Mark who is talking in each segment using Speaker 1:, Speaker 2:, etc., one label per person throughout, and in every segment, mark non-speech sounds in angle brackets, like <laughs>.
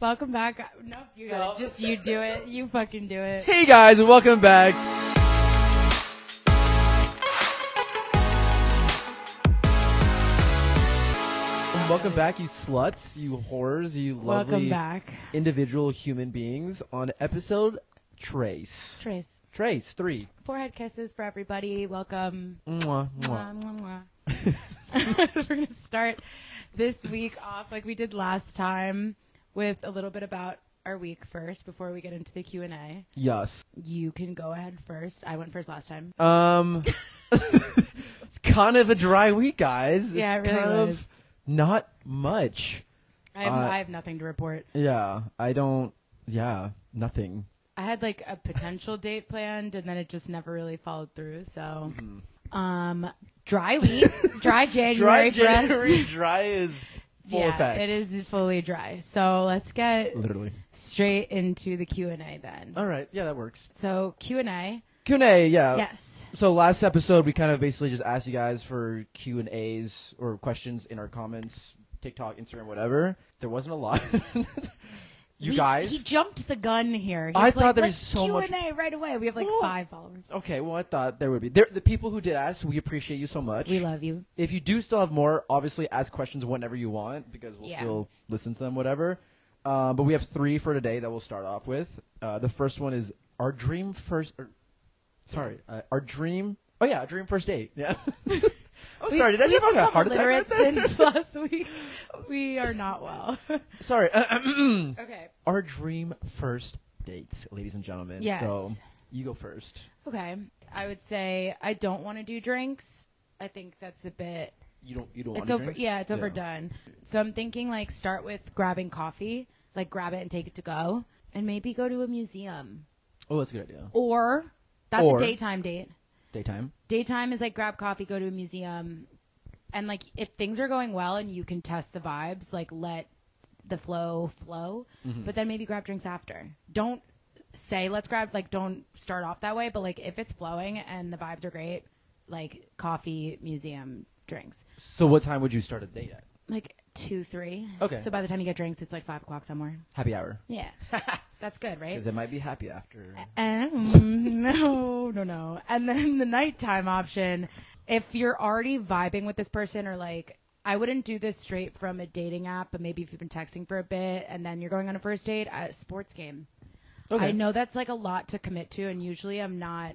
Speaker 1: Welcome back. No, you got it. Just you do it. You fucking do it.
Speaker 2: Hey guys, and welcome back. Welcome back, you sluts, you whores, you <laughs> lovely
Speaker 1: Welcome back.
Speaker 2: individual human beings on episode Trace.
Speaker 1: Trace.
Speaker 2: Trace three.
Speaker 1: Forehead kisses for everybody. Welcome.
Speaker 2: Mwah, mwah.
Speaker 1: Mwah, mwah, mwah. <laughs> We're going to start this week off like we did last time with a little bit about our week first before we get into the Q&A.
Speaker 2: Yes.
Speaker 1: You can go ahead first. I went first last time.
Speaker 2: Um, <laughs> it's kind of a dry week, guys.
Speaker 1: Yeah,
Speaker 2: it's
Speaker 1: it really
Speaker 2: kind
Speaker 1: was.
Speaker 2: of not much.
Speaker 1: I have,
Speaker 2: Uh,
Speaker 1: I have nothing to report.
Speaker 2: Yeah, I don't. Yeah, nothing.
Speaker 1: I had like a potential date planned and then it just never really followed through. So,
Speaker 2: Mm-hmm.
Speaker 1: um, dry week,
Speaker 2: <laughs>
Speaker 1: dry January, for us. <laughs>
Speaker 2: dry is
Speaker 1: yeah, it is fully dry. So let's get
Speaker 2: literally.
Speaker 1: straight into the Q and A then.
Speaker 2: All right, yeah, that works.
Speaker 1: So Q and A,
Speaker 2: Q and A, yeah.
Speaker 1: yes,
Speaker 2: So last episode, we kind of basically just asked you guys for Q and As or questions in our comments, TikTok, Instagram, whatever. There wasn't a lot. <laughs> you
Speaker 1: He-
Speaker 2: guys.
Speaker 1: He jumped the gun here. He's
Speaker 2: I thought
Speaker 1: like,
Speaker 2: there
Speaker 1: "Let's
Speaker 2: was so much-
Speaker 1: Q and A right away. We have like
Speaker 2: No.
Speaker 1: five followers.
Speaker 2: Okay, well, I thought there would be. There, the people who did ask, we appreciate you so much.
Speaker 1: We love you.
Speaker 2: if you do still have more, obviously ask questions whenever you want because we'll
Speaker 1: Yeah.
Speaker 2: still listen to them, whatever. Uh, but we have three for today that we'll start off with. Uh, the first one is our dream first. Or, sorry, uh, our dream. Oh yeah, our dream first date. Yeah. <laughs> I'm
Speaker 1: We-
Speaker 2: Oh, sorry. Did I
Speaker 1: we've
Speaker 2: just have a
Speaker 1: become
Speaker 2: heart attack?
Speaker 1: illiterate
Speaker 2: right there?
Speaker 1: since <laughs> last week. We are not well.
Speaker 2: <laughs>
Speaker 1: <laughs>
Speaker 2: Sorry. <clears throat>
Speaker 1: okay.
Speaker 2: our dream first date, ladies and gentlemen.
Speaker 1: Yes.
Speaker 2: So you go first.
Speaker 1: Okay. I would say I don't want to do drinks. I think that's a bit.
Speaker 2: You don't. You don't
Speaker 1: It's
Speaker 2: want
Speaker 1: over. Yeah, it's overdone. So I'm thinking like start with grabbing coffee, like grab it and take it to go, and maybe go to a museum.
Speaker 2: Oh, that's a good idea.
Speaker 1: Or that's
Speaker 2: Or-
Speaker 1: a daytime date.
Speaker 2: Daytime.
Speaker 1: Daytime is like grab coffee, go to a museum, and like if things are going well and you can test the vibes, like let the flow flow. But then maybe grab drinks after. Don't say let's grab like don't start off that way, but like if it's flowing and the vibes are great, like coffee, museum, drinks.
Speaker 2: So what time would you start a date at?
Speaker 1: Like two, three.
Speaker 2: Okay.
Speaker 1: So by the time you get drinks, it's like five o'clock somewhere.
Speaker 2: Happy hour.
Speaker 1: Yeah. That's good, right?
Speaker 2: Because it might be happy after.
Speaker 1: Um, <laughs> no, no, no. And then the nighttime option, if you're already vibing with this person or like, I wouldn't do this straight from a dating app, but maybe if you've been texting for a bit and then you're going on a first date, a sports game. I know that's like a lot to commit to, and usually I'm not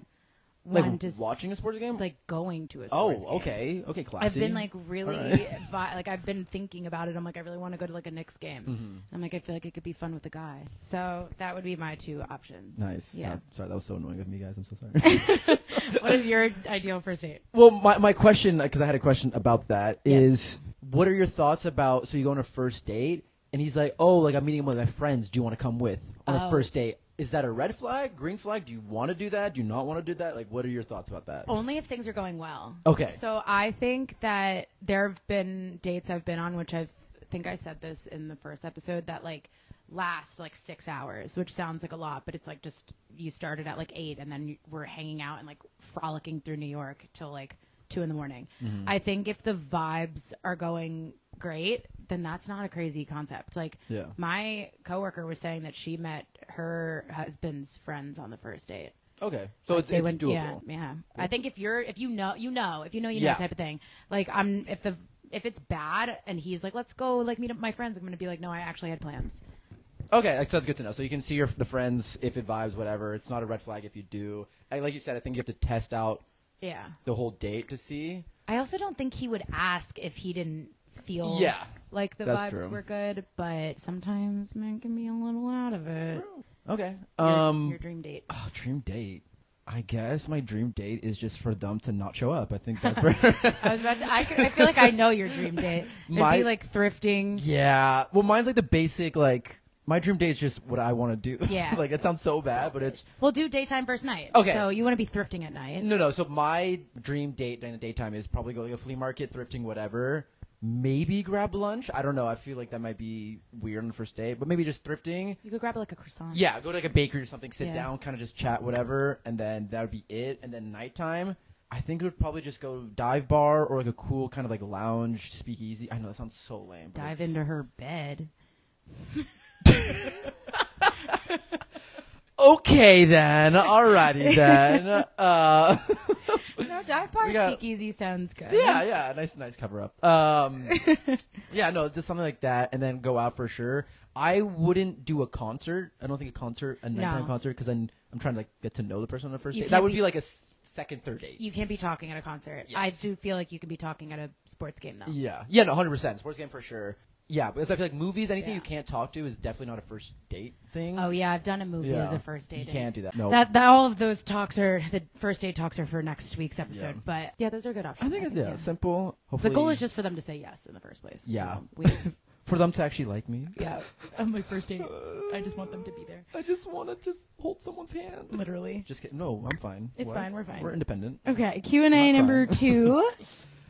Speaker 2: Like,
Speaker 1: one to s-
Speaker 2: watching a sports game?
Speaker 1: like going to a
Speaker 2: Oh,
Speaker 1: sports game.
Speaker 2: okay. Okay, classy.
Speaker 1: I've been like really <laughs>
Speaker 2: Alright.
Speaker 1: vi- like I've been thinking about it. I'm like I really want to go to like a Knicks game.
Speaker 2: Mm-hmm.
Speaker 1: I'm like I feel like it could be fun with a guy. So that would be my two options.
Speaker 2: Nice.
Speaker 1: Yeah.
Speaker 2: Uh, sorry, that was so annoying of me, guys. I'm so sorry.
Speaker 1: what is your ideal first date?
Speaker 2: <laughs> well, my, my question, because I had a question about that,
Speaker 1: Yes.
Speaker 2: is what are your thoughts about? So you go on a first date, and he's like, oh, like I'm meeting one of my friends. Do you want to come with on
Speaker 1: Oh.
Speaker 2: a first date? Is that a red flag, green flag? Do you want to do that? Do you not want to do that? Like, what are your thoughts about that?
Speaker 1: Only if things are going well.
Speaker 2: Okay.
Speaker 1: So I think that there have been dates I've been on, which I've, I think I said this in the first episode, that like last like six hours, which sounds like a lot, but it's like just you started at like eight and then you were hanging out and like frolicking through New York till like two in the morning. I think if the vibes are going great, then that's not a crazy concept. Like
Speaker 2: Yeah.
Speaker 1: my coworker was saying that she met her husband's friends on the first date.
Speaker 2: Okay. So Oh, it's,
Speaker 1: They
Speaker 2: it's
Speaker 1: wouldn't-
Speaker 2: doable.
Speaker 1: Yeah, yeah. I think if you're if you know you know if you know you know
Speaker 2: Yeah.
Speaker 1: type of thing. Like I'm if the if it's bad and he's like let's go like meet up with my friends I'm gonna be like no I actually had plans.
Speaker 2: Okay, like, so that's good to know. So you can see your the friends if it vibes, whatever. It's not a red flag if you do. I, like you said, I think you have to test out
Speaker 1: Yeah.
Speaker 2: the whole date to see.
Speaker 1: I also don't think he would ask if he didn't feel
Speaker 2: Yeah.
Speaker 1: like the
Speaker 2: That's
Speaker 1: vibes
Speaker 2: true.
Speaker 1: were good. But sometimes men can be a little out of it.
Speaker 2: Okay.
Speaker 1: Your-
Speaker 2: Um,
Speaker 1: your dream date.
Speaker 2: oh, dream date. I guess my dream date is just for them to not show up. I think that's where.
Speaker 1: I was about to. I, could- I feel like I know your dream
Speaker 2: <laughs>
Speaker 1: date. It'd
Speaker 2: My-
Speaker 1: be like thrifting.
Speaker 2: yeah. <laughs> Well, mine's like the basic like my dream date is just what I want to do. <laughs>
Speaker 1: Yeah.
Speaker 2: like that sounds so bad, but it's
Speaker 1: We'll do daytime first night.
Speaker 2: Okay.
Speaker 1: So you want to be thrifting at night?
Speaker 2: no, no. So my dream date during the daytime is probably going to a flea market, thrifting, whatever. Maybe grab lunch. I don't know. I feel like that might be weird on the first date, but maybe just thrifting.
Speaker 1: You could grab like a croissant.
Speaker 2: Yeah, go to like a bakery or something, sit
Speaker 1: Yeah.
Speaker 2: down, kind of just chat, whatever, and then that would be it. And then nighttime, I think it would probably just go dive bar or like a cool kind of like lounge speakeasy. I know that sounds so lame. but
Speaker 1: dive
Speaker 2: it's-
Speaker 1: into her bed.
Speaker 2: Okay
Speaker 1: <laughs>
Speaker 2: then. Alrighty then. Uh,
Speaker 1: No, dive bar
Speaker 2: We got-
Speaker 1: speakeasy sounds good.
Speaker 2: yeah, yeah. Nice, nice cover up. Um,
Speaker 1: <laughs>
Speaker 2: yeah, no, just something like that, and then go out for sure. I wouldn't do a concert. I don't think a concert, a nighttime
Speaker 1: No.
Speaker 2: concert, because I'm I'm trying to like get to know the person on the first
Speaker 1: You
Speaker 2: date. That
Speaker 1: can't
Speaker 2: would
Speaker 1: be-
Speaker 2: be like a s- second, third date.
Speaker 1: You can't be talking at a concert.
Speaker 2: Yes.
Speaker 1: I do feel like you could be talking at a sports game though.
Speaker 2: Yeah, yeah, no, hundred percent. Sports game for sure. Yeah, because I feel like movies, anything
Speaker 1: Yeah.
Speaker 2: you can't talk to is definitely not a first date thing.
Speaker 1: Oh yeah, I've done a movie
Speaker 2: Yeah.
Speaker 1: as a first date.
Speaker 2: You can't do that. No.
Speaker 1: That, that all of those talks are the first date talks are for next week's episode.
Speaker 2: Yeah.
Speaker 1: But yeah, those are good
Speaker 2: I
Speaker 1: options.
Speaker 2: think it's yeah,
Speaker 1: yeah.
Speaker 2: simple. Hopefully,
Speaker 1: The goal is just for them to say yes in the first place.
Speaker 2: Yeah.
Speaker 1: So we,
Speaker 2: for them to actually like me. <laughs>
Speaker 1: yeah. On my first date, I just want them to be there.
Speaker 2: I just want to just hold someone's hand.
Speaker 1: Literally.
Speaker 2: Just kidding. No, I'm fine.
Speaker 1: It's fine, we're fine.
Speaker 2: We're independent.
Speaker 1: Okay, Q and A
Speaker 2: Not
Speaker 1: number
Speaker 2: crying. <laughs>
Speaker 1: two.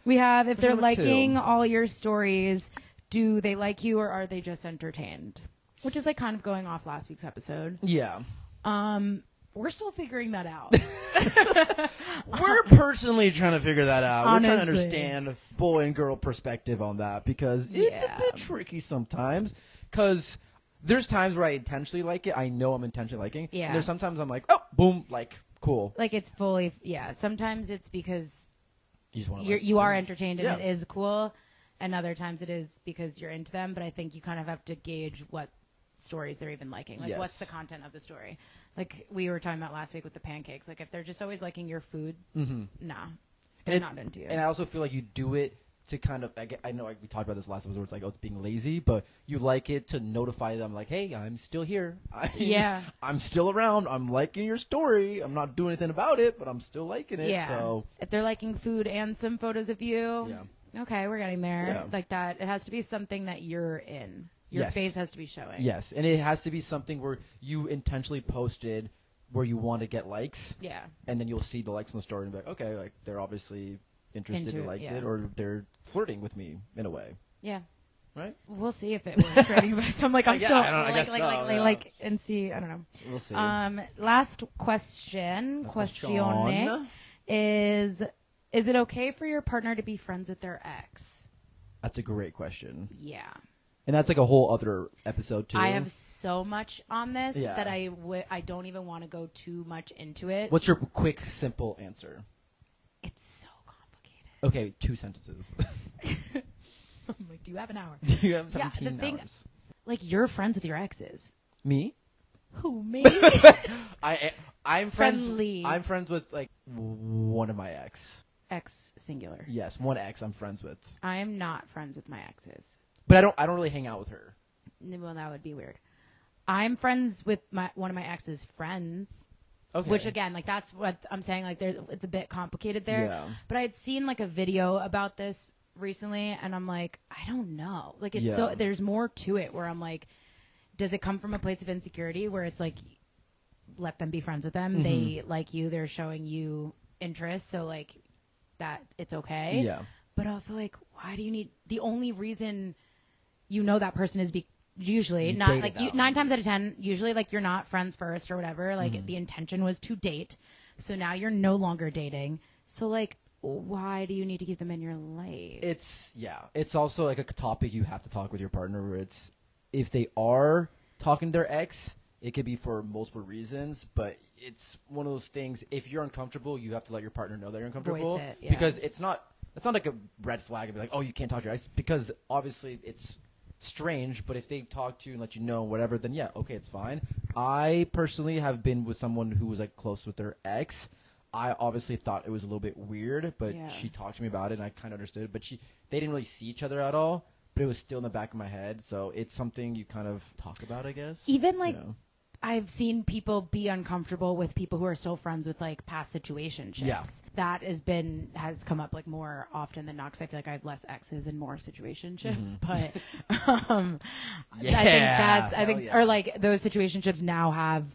Speaker 1: We have if they're
Speaker 2: number two?
Speaker 1: liking all your stories, do they like you or are they just entertained? Which is like kind of going off last week's episode.
Speaker 2: Yeah.
Speaker 1: Um, we're still figuring that
Speaker 2: <laughs>
Speaker 1: out.
Speaker 2: We're personally trying to figure that out. We're trying to
Speaker 1: Honestly.
Speaker 2: understand boy and girl perspective on that because it's
Speaker 1: Yeah.
Speaker 2: a bit tricky sometimes. Because there's times where I intentionally like it. I know I'm intentionally liking. and
Speaker 1: Yeah.
Speaker 2: there's sometimes I'm like, oh, boom, like cool.
Speaker 1: like it's fully yeah. Sometimes it's because
Speaker 2: You just want
Speaker 1: you're, you are entertained and
Speaker 2: Yeah.
Speaker 1: it is cool, and other times it is because you're into them. But I think you kind of have to gauge what stories they're even liking. Like, what's
Speaker 2: Yes.
Speaker 1: the content of the story? Like we were talking about last week with the pancakes. Like, if they're just always liking your food, nah, they're
Speaker 2: Mm-hmm. And-
Speaker 1: not into you.
Speaker 2: And I also feel like you do it to kind of. I, get- I know like, we talked about this last episode. Where it's like, oh, it's being lazy, but you like it to notify them, like, hey, I'm still here. <laughs> I,
Speaker 1: Yeah.
Speaker 2: I'm still around. I'm liking your story. I'm not doing anything about it, but I'm still liking it.
Speaker 1: yeah.
Speaker 2: So
Speaker 1: If they're liking food and some photos of you, okay, we're getting there.
Speaker 2: Yeah.
Speaker 1: Like that, it has to be something that you're in. Your
Speaker 2: Yes.
Speaker 1: face has to be showing.
Speaker 2: yes, and it has to be something where you intentionally posted where you want to get likes,
Speaker 1: Yeah.
Speaker 2: and then you'll see the likes on the story and be like, okay, like they're obviously interested
Speaker 1: Into
Speaker 2: or
Speaker 1: it,
Speaker 2: liked
Speaker 1: yeah.
Speaker 2: it, or they're flirting with me in a way,
Speaker 1: Yeah.
Speaker 2: right?
Speaker 1: We'll see if it works for anybody. So I'm
Speaker 2: <laughs>
Speaker 1: like, I'm
Speaker 2: Uh, Yeah,
Speaker 1: still
Speaker 2: I don't- I
Speaker 1: like,
Speaker 2: guess
Speaker 1: like,
Speaker 2: so,
Speaker 1: like, like,
Speaker 2: yeah.
Speaker 1: like, and see. I don't know.
Speaker 2: We'll see.
Speaker 1: Um, last question,
Speaker 2: Last
Speaker 1: questione,
Speaker 2: question.
Speaker 1: is: Is it okay for your partner to be friends with their ex?
Speaker 2: That's a great question.
Speaker 1: Yeah,
Speaker 2: And that's like a whole other episode too.
Speaker 1: I have so much on this
Speaker 2: Yeah.
Speaker 1: that I w- I don't even want to go too much into it.
Speaker 2: What's your quick, simple answer?
Speaker 1: It's so complicated. <laughs>
Speaker 2: Okay, two sentences. <laughs>
Speaker 1: I'm like, do you have an hour?
Speaker 2: Do you have
Speaker 1: Yeah, the
Speaker 2: 17
Speaker 1: thing-
Speaker 2: hours?
Speaker 1: like, you're friends with your exes.
Speaker 2: Me?
Speaker 1: Who me?
Speaker 2: I I'm friends.
Speaker 1: Friendly.
Speaker 2: I'm friends with like one of my ex.
Speaker 1: <laughs> Ex singular.
Speaker 2: Yes, one ex I'm friends with,
Speaker 1: I am not friends with my exes.
Speaker 2: but I don't I don't really hang out with her.
Speaker 1: N- Well, that would be weird. I'm friends with my one of my ex's friends.
Speaker 2: Okay.
Speaker 1: Which again, like that's what I'm saying. Like there, it's a bit complicated there.
Speaker 2: Yeah.
Speaker 1: But I had seen like a video about this recently, and I'm like, I don't know. Like it's so
Speaker 2: Yeah.
Speaker 1: there's more to it. Where I'm like, does it come from a place of insecurity where it's like, let them be friends with them. They
Speaker 2: Mm-hmm.
Speaker 1: like you. They're showing you interest. So like, that it's okay.
Speaker 2: Yeah.
Speaker 1: But also like, why do you need the only reason you know that person is be usually
Speaker 2: You
Speaker 1: not
Speaker 2: dated
Speaker 1: like
Speaker 2: that
Speaker 1: you,
Speaker 2: one.
Speaker 1: nine times out of ten usually like you're not friends first or whatever like the intention was to date so now you're no longer dating so like why do you need to keep them in your life
Speaker 2: It's yeah. It's also like a topic you have to talk with your partner. Where it's if they are talking to their ex, it could be for multiple reasons. But it's one of those things. If you're uncomfortable, you have to let your partner know that you're uncomfortable.
Speaker 1: it, yeah.
Speaker 2: Because it's not. It's not like a red flag and be like, oh, you can't talk to your ex. Because obviously it's strange. But if they talk to you and let you know whatever, then yeah, okay, it's fine. I personally have been with someone who was like close with their ex. I obviously thought it was a little bit weird, but
Speaker 1: Yeah.
Speaker 2: she talked to me about it and I kind of understood. But she, they didn't really see each other at all. But it was still in the back of my head, so it's something you kind of talk about, I guess.
Speaker 1: even like
Speaker 2: You know?
Speaker 1: I've seen people be uncomfortable with people who are still friends with like past situationships.
Speaker 2: Yeah.
Speaker 1: That has been has come up like more often than not 'cause I feel like I have less exes and more
Speaker 2: <laughs>
Speaker 1: situationships, but um I think
Speaker 2: Mm-hmm. Yeah.
Speaker 1: that's I
Speaker 2: Hell
Speaker 1: think
Speaker 2: yeah.
Speaker 1: or like those situationships now have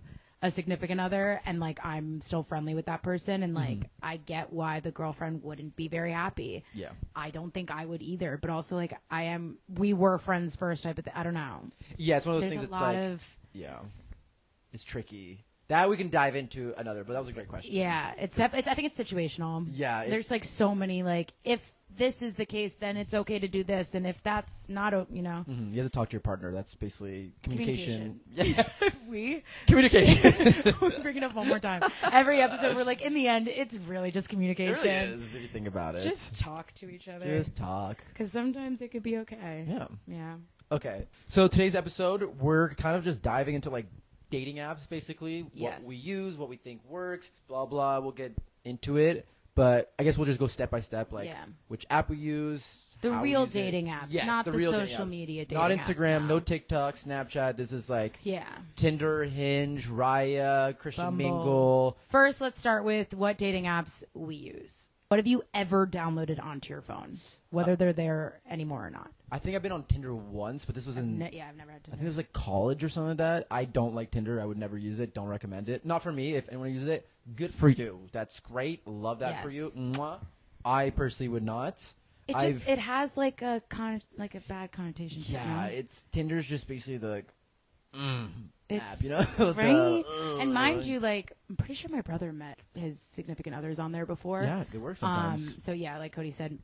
Speaker 1: a significant other and like I'm still friendly with that person and like I get why the girlfriend wouldn't be very happy.
Speaker 2: Mm-hmm. Yeah.
Speaker 1: I don't think I would either, but also like I am we were friends first type of th- I don't know.
Speaker 2: yeah, it's one of those
Speaker 1: There's
Speaker 2: things.
Speaker 1: a
Speaker 2: that's
Speaker 1: lot
Speaker 2: like,
Speaker 1: of
Speaker 2: yeah, it's tricky. That we can dive into another, but that was a great question.
Speaker 1: Yeah, it's, def- it's I think it's situational.
Speaker 2: Yeah, it-
Speaker 1: there's like so many like if this is the case, then it's okay to do this, and if that's not, o- you know,
Speaker 2: Mhm, You have to talk to your partner. That's basically communication. <laughs>
Speaker 1: <laughs>
Speaker 2: Mm-hmm.
Speaker 1: we
Speaker 2: communication. <laughs>
Speaker 1: bring it up one more time. Every episode, we're like, in the end, it's really just
Speaker 2: It
Speaker 1: communication.
Speaker 2: really is, if you think about it.
Speaker 1: Just talk to each other,
Speaker 2: Just talk.
Speaker 1: because sometimes it could be okay.
Speaker 2: Yeah.
Speaker 1: Yeah.
Speaker 2: Okay. So today's episode, we're kind of just diving into like dating apps, basically.
Speaker 1: Yes.
Speaker 2: What we use, what we think works, blah blah. We'll get into it, but I guess we'll just go step by step, like
Speaker 1: Yeah.
Speaker 2: which app we use.
Speaker 1: The
Speaker 2: how we
Speaker 1: real
Speaker 2: use it.
Speaker 1: dating apps,
Speaker 2: Yes,
Speaker 1: not the,
Speaker 2: real dating
Speaker 1: social
Speaker 2: apps.
Speaker 1: media dating
Speaker 2: Not
Speaker 1: apps,
Speaker 2: Instagram,
Speaker 1: no.
Speaker 2: no TikTok, Snapchat. This is like
Speaker 1: yeah.
Speaker 2: Tinder, Hinge, Raya, Christian
Speaker 1: Bumble.
Speaker 2: Mingle.
Speaker 1: First, let's start with what dating apps we use. What have you ever downloaded onto your phone, whether
Speaker 2: Uh,
Speaker 1: they're there anymore or not?
Speaker 2: I think I've been on Tinder once, but this was in
Speaker 1: Ne- yeah, I've never had
Speaker 2: I think it
Speaker 1: Tinder.
Speaker 2: was like college or something like that. I don't like Tinder. I would never use it. Don't recommend it. Not for me. If anyone uses it, good for you. That's great. Love that for you.
Speaker 1: Yes.
Speaker 2: Mwah. I personally would not.
Speaker 1: It just
Speaker 2: I've-
Speaker 1: it has like a con like a bad connotation. to it,
Speaker 2: yeah,
Speaker 1: no?
Speaker 2: it's Tinder's just basically the like,
Speaker 1: It's-
Speaker 2: app, you know? <laughs> The, uh,
Speaker 1: right?
Speaker 2: ugh.
Speaker 1: and mind you, like I'm pretty sure my brother met his significant others on there before.
Speaker 2: yeah, it works
Speaker 1: Um.
Speaker 2: sometimes. Mm-hmm.
Speaker 1: So yeah, like Cody said,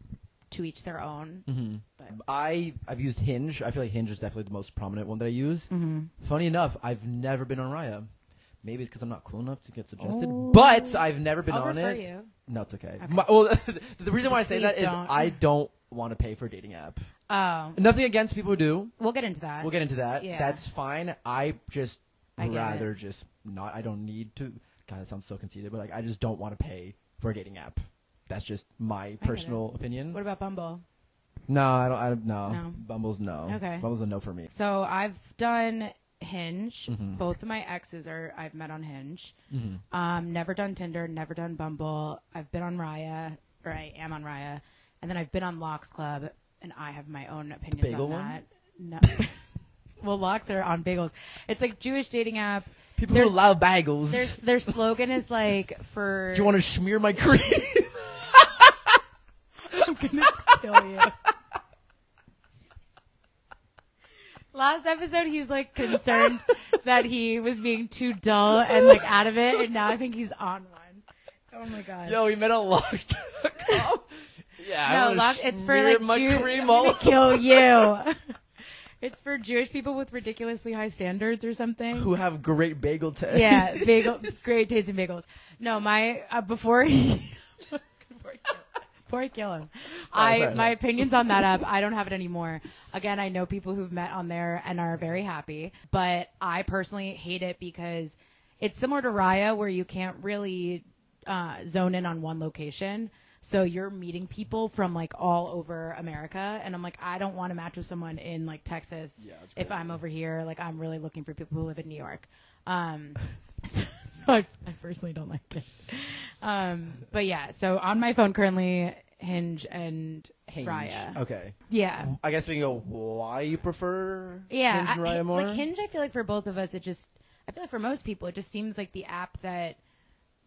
Speaker 1: to each their own. But
Speaker 2: I I've used Hinge. I feel like Hinge is definitely the most prominent one that I use.
Speaker 1: Mhm.
Speaker 2: Funny enough, I've never been on Raya. Maybe it's because I'm not cool enough to get suggested,
Speaker 1: Oh.
Speaker 2: but I've never been
Speaker 1: I'll
Speaker 2: on
Speaker 1: refer
Speaker 2: it.
Speaker 1: you.
Speaker 2: No, it's okay.
Speaker 1: Okay.
Speaker 2: My, well, <laughs> the reason why I say
Speaker 1: Please
Speaker 2: that is
Speaker 1: don't.
Speaker 2: I don't want to pay for a dating app.
Speaker 1: Oh,
Speaker 2: Nothing against people who do.
Speaker 1: we'll get into that.
Speaker 2: We'll get into that.
Speaker 1: Yeah.
Speaker 2: That's fine. I just
Speaker 1: I get
Speaker 2: rather just not. I don't need to. God, that sounds so conceited, but like I just don't want to pay for a dating app. That's just my
Speaker 1: it.
Speaker 2: personal opinion.
Speaker 1: What about Bumble?
Speaker 2: No, I don't. I don't no.
Speaker 1: No.
Speaker 2: Bumble's no.
Speaker 1: Okay.
Speaker 2: Bumble's a no for me.
Speaker 1: So I've done Hinge.
Speaker 2: Mm-hmm.
Speaker 1: Both of my exes are I've met on Hinge. Um, never done Tinder, never done Bumble. I've been on Raya, or I am on Raya, and then I've been on Locks Club, and I have my own opinions on
Speaker 2: bagel one?
Speaker 1: that. No. <laughs> well, locks are on bagels. It's like Jewish dating app.
Speaker 2: People
Speaker 1: There's-
Speaker 2: who love bagels.
Speaker 1: Their their slogan is like for
Speaker 2: Do you want to smear
Speaker 1: <laughs>
Speaker 2: my cream?
Speaker 1: kill you. Last episode, he's like concerned that he was being too dull and like out of it, and now I think he's on one. Oh my god!
Speaker 2: Yo, we met on Lost. yeah. I
Speaker 1: no,
Speaker 2: wanna
Speaker 1: lock, it's for
Speaker 2: smear
Speaker 1: like
Speaker 2: my
Speaker 1: Jew-
Speaker 2: cream
Speaker 1: I'm <laughs>
Speaker 2: all
Speaker 1: gonna kill you. <laughs> it's for Jewish people with ridiculously high standards or something.
Speaker 2: who have great bagel taste. <laughs>
Speaker 1: yeah, bagel, great taste in bagels. No, my uh, before he <laughs> before I kill- before I kill him,
Speaker 2: Sorry,
Speaker 1: I
Speaker 2: sorry,
Speaker 1: my
Speaker 2: sorry.
Speaker 1: opinions on that app. I don't have it anymore. Again, I know people who've met on there and are very happy, but I personally hate it because it's similar to Raya, where you can't really uh, zone in on one location. So you're meeting people from like all over America, and I'm like, I don't want to match with someone in like Texas
Speaker 2: Yeah, it's
Speaker 1: if
Speaker 2: crazy.
Speaker 1: I'm over here. Like I'm really looking for people who live in New York. Um, <laughs> so I, I personally don't like it. Um, but yeah, so on my phone currently, Hinge and
Speaker 2: Hinge.
Speaker 1: Raya.
Speaker 2: Okay.
Speaker 1: Yeah.
Speaker 2: I guess we can go. Why you prefer?
Speaker 1: Yeah.
Speaker 2: Hinge and
Speaker 1: I-
Speaker 2: Raya
Speaker 1: Hi-
Speaker 2: more?
Speaker 1: Like Hinge, I feel like for both of us, it just, I feel like for most people, it just seems like the app that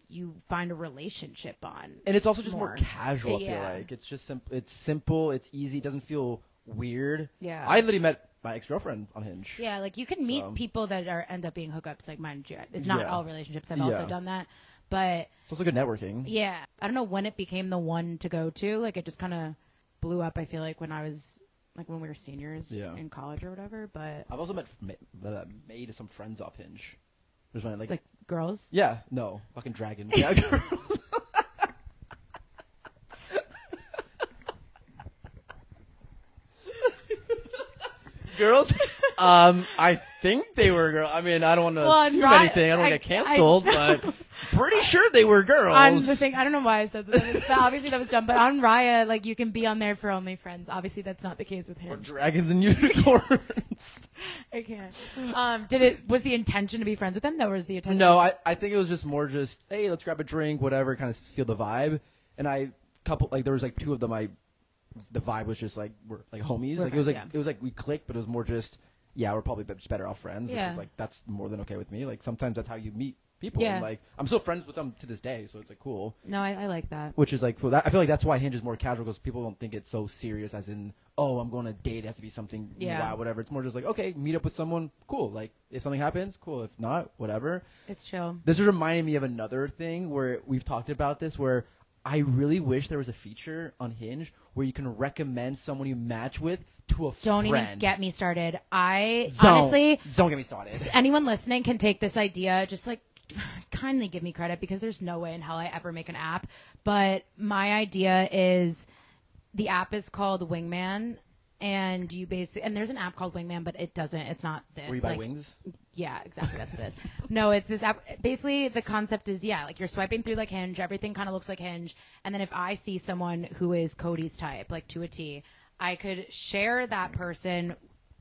Speaker 1: you find a relationship on.
Speaker 2: and it's also just more,
Speaker 1: more.
Speaker 2: casual. I feel
Speaker 1: Yeah.
Speaker 2: like it's just simple. It's simple. It's easy. It doesn't feel weird.
Speaker 1: Yeah.
Speaker 2: I literally met my ex girlfriend on Hinge.
Speaker 1: Yeah, like you can meet
Speaker 2: So-
Speaker 1: people that are end up being hookups. Like mine, it's not
Speaker 2: Yeah.
Speaker 1: all relationships. I've
Speaker 2: Yeah.
Speaker 1: also done that, but
Speaker 2: It's also good networking.
Speaker 1: yeah, I don't know when it became the one to go to. Like it just kind of blew up. I feel like when I was like when we were seniors
Speaker 2: Yeah.
Speaker 1: in college or whatever. But
Speaker 2: I've also met ma- uh, made some friends off Hinge. There's my like,
Speaker 1: like girls,
Speaker 2: yeah, no, fucking dragons. <laughs> Yeah, girls. girls. Um, I think they were girls. I mean, I don't want to
Speaker 1: Well,
Speaker 2: assume
Speaker 1: not-
Speaker 2: anything. I don't want to
Speaker 1: I-
Speaker 2: get
Speaker 1: I- <laughs>
Speaker 2: canceled, but pretty sure they were girls.
Speaker 1: on the thing. I don't know why I said that. that was, obviously, that was dumb. But on Raya, like you can be on there for only friends. Obviously, that's not the case with
Speaker 2: Or
Speaker 1: him.
Speaker 2: dragons and <laughs> unicorns.
Speaker 1: I can't. Um, did it? Was the intention to be friends with him? No, was the intention?
Speaker 2: No, I, I think it was just more just hey, let's grab a drink, whatever, kind of feel the vibe. And I couple like there was like two of them. I the vibe was just like we're like homies.
Speaker 1: We're
Speaker 2: like it was like
Speaker 1: friends, yeah.
Speaker 2: it was like we clicked, but it was more just yeah, we're probably just better off friends. which
Speaker 1: Yeah.
Speaker 2: is, like that's more than okay with me. Like sometimes that's how you meet people.
Speaker 1: Yeah.
Speaker 2: And, like I'm still friends with them to this day, so it's like cool.
Speaker 1: No, I, I like that.
Speaker 2: Which is like cool. That, I feel like that's why Hinge is more casual because people don't think it's so serious. As in, oh, I'm going to date. It has to be something.
Speaker 1: Yeah.
Speaker 2: Wow, whatever. It's more just like okay, meet up with someone. Cool. Like if something happens, cool. If not, whatever.
Speaker 1: It's chill.
Speaker 2: This is reminding me of another thing where we've talked about this where I really wish there was a feature on Hinge where you can recommend someone you match with to a
Speaker 1: Don't
Speaker 2: friend.
Speaker 1: even get me started. I
Speaker 2: Don't.
Speaker 1: honestly,
Speaker 2: don't get me started.
Speaker 1: anyone listening can take this idea. Just like kindly give me credit because there's no way in hell I ever make an app. But my idea is the app is called Wingman, and you basically and there's an app called Wingman, but it doesn't. It's not this.
Speaker 2: Were you by
Speaker 1: like,
Speaker 2: wings?
Speaker 1: Yeah, exactly. That's what it is. No, it's this app. Basically, the concept is yeah, like you're swiping through like Hinge. Everything kind of looks like Hinge. And then if I see someone who is Cody's type, like to a T, I could share that person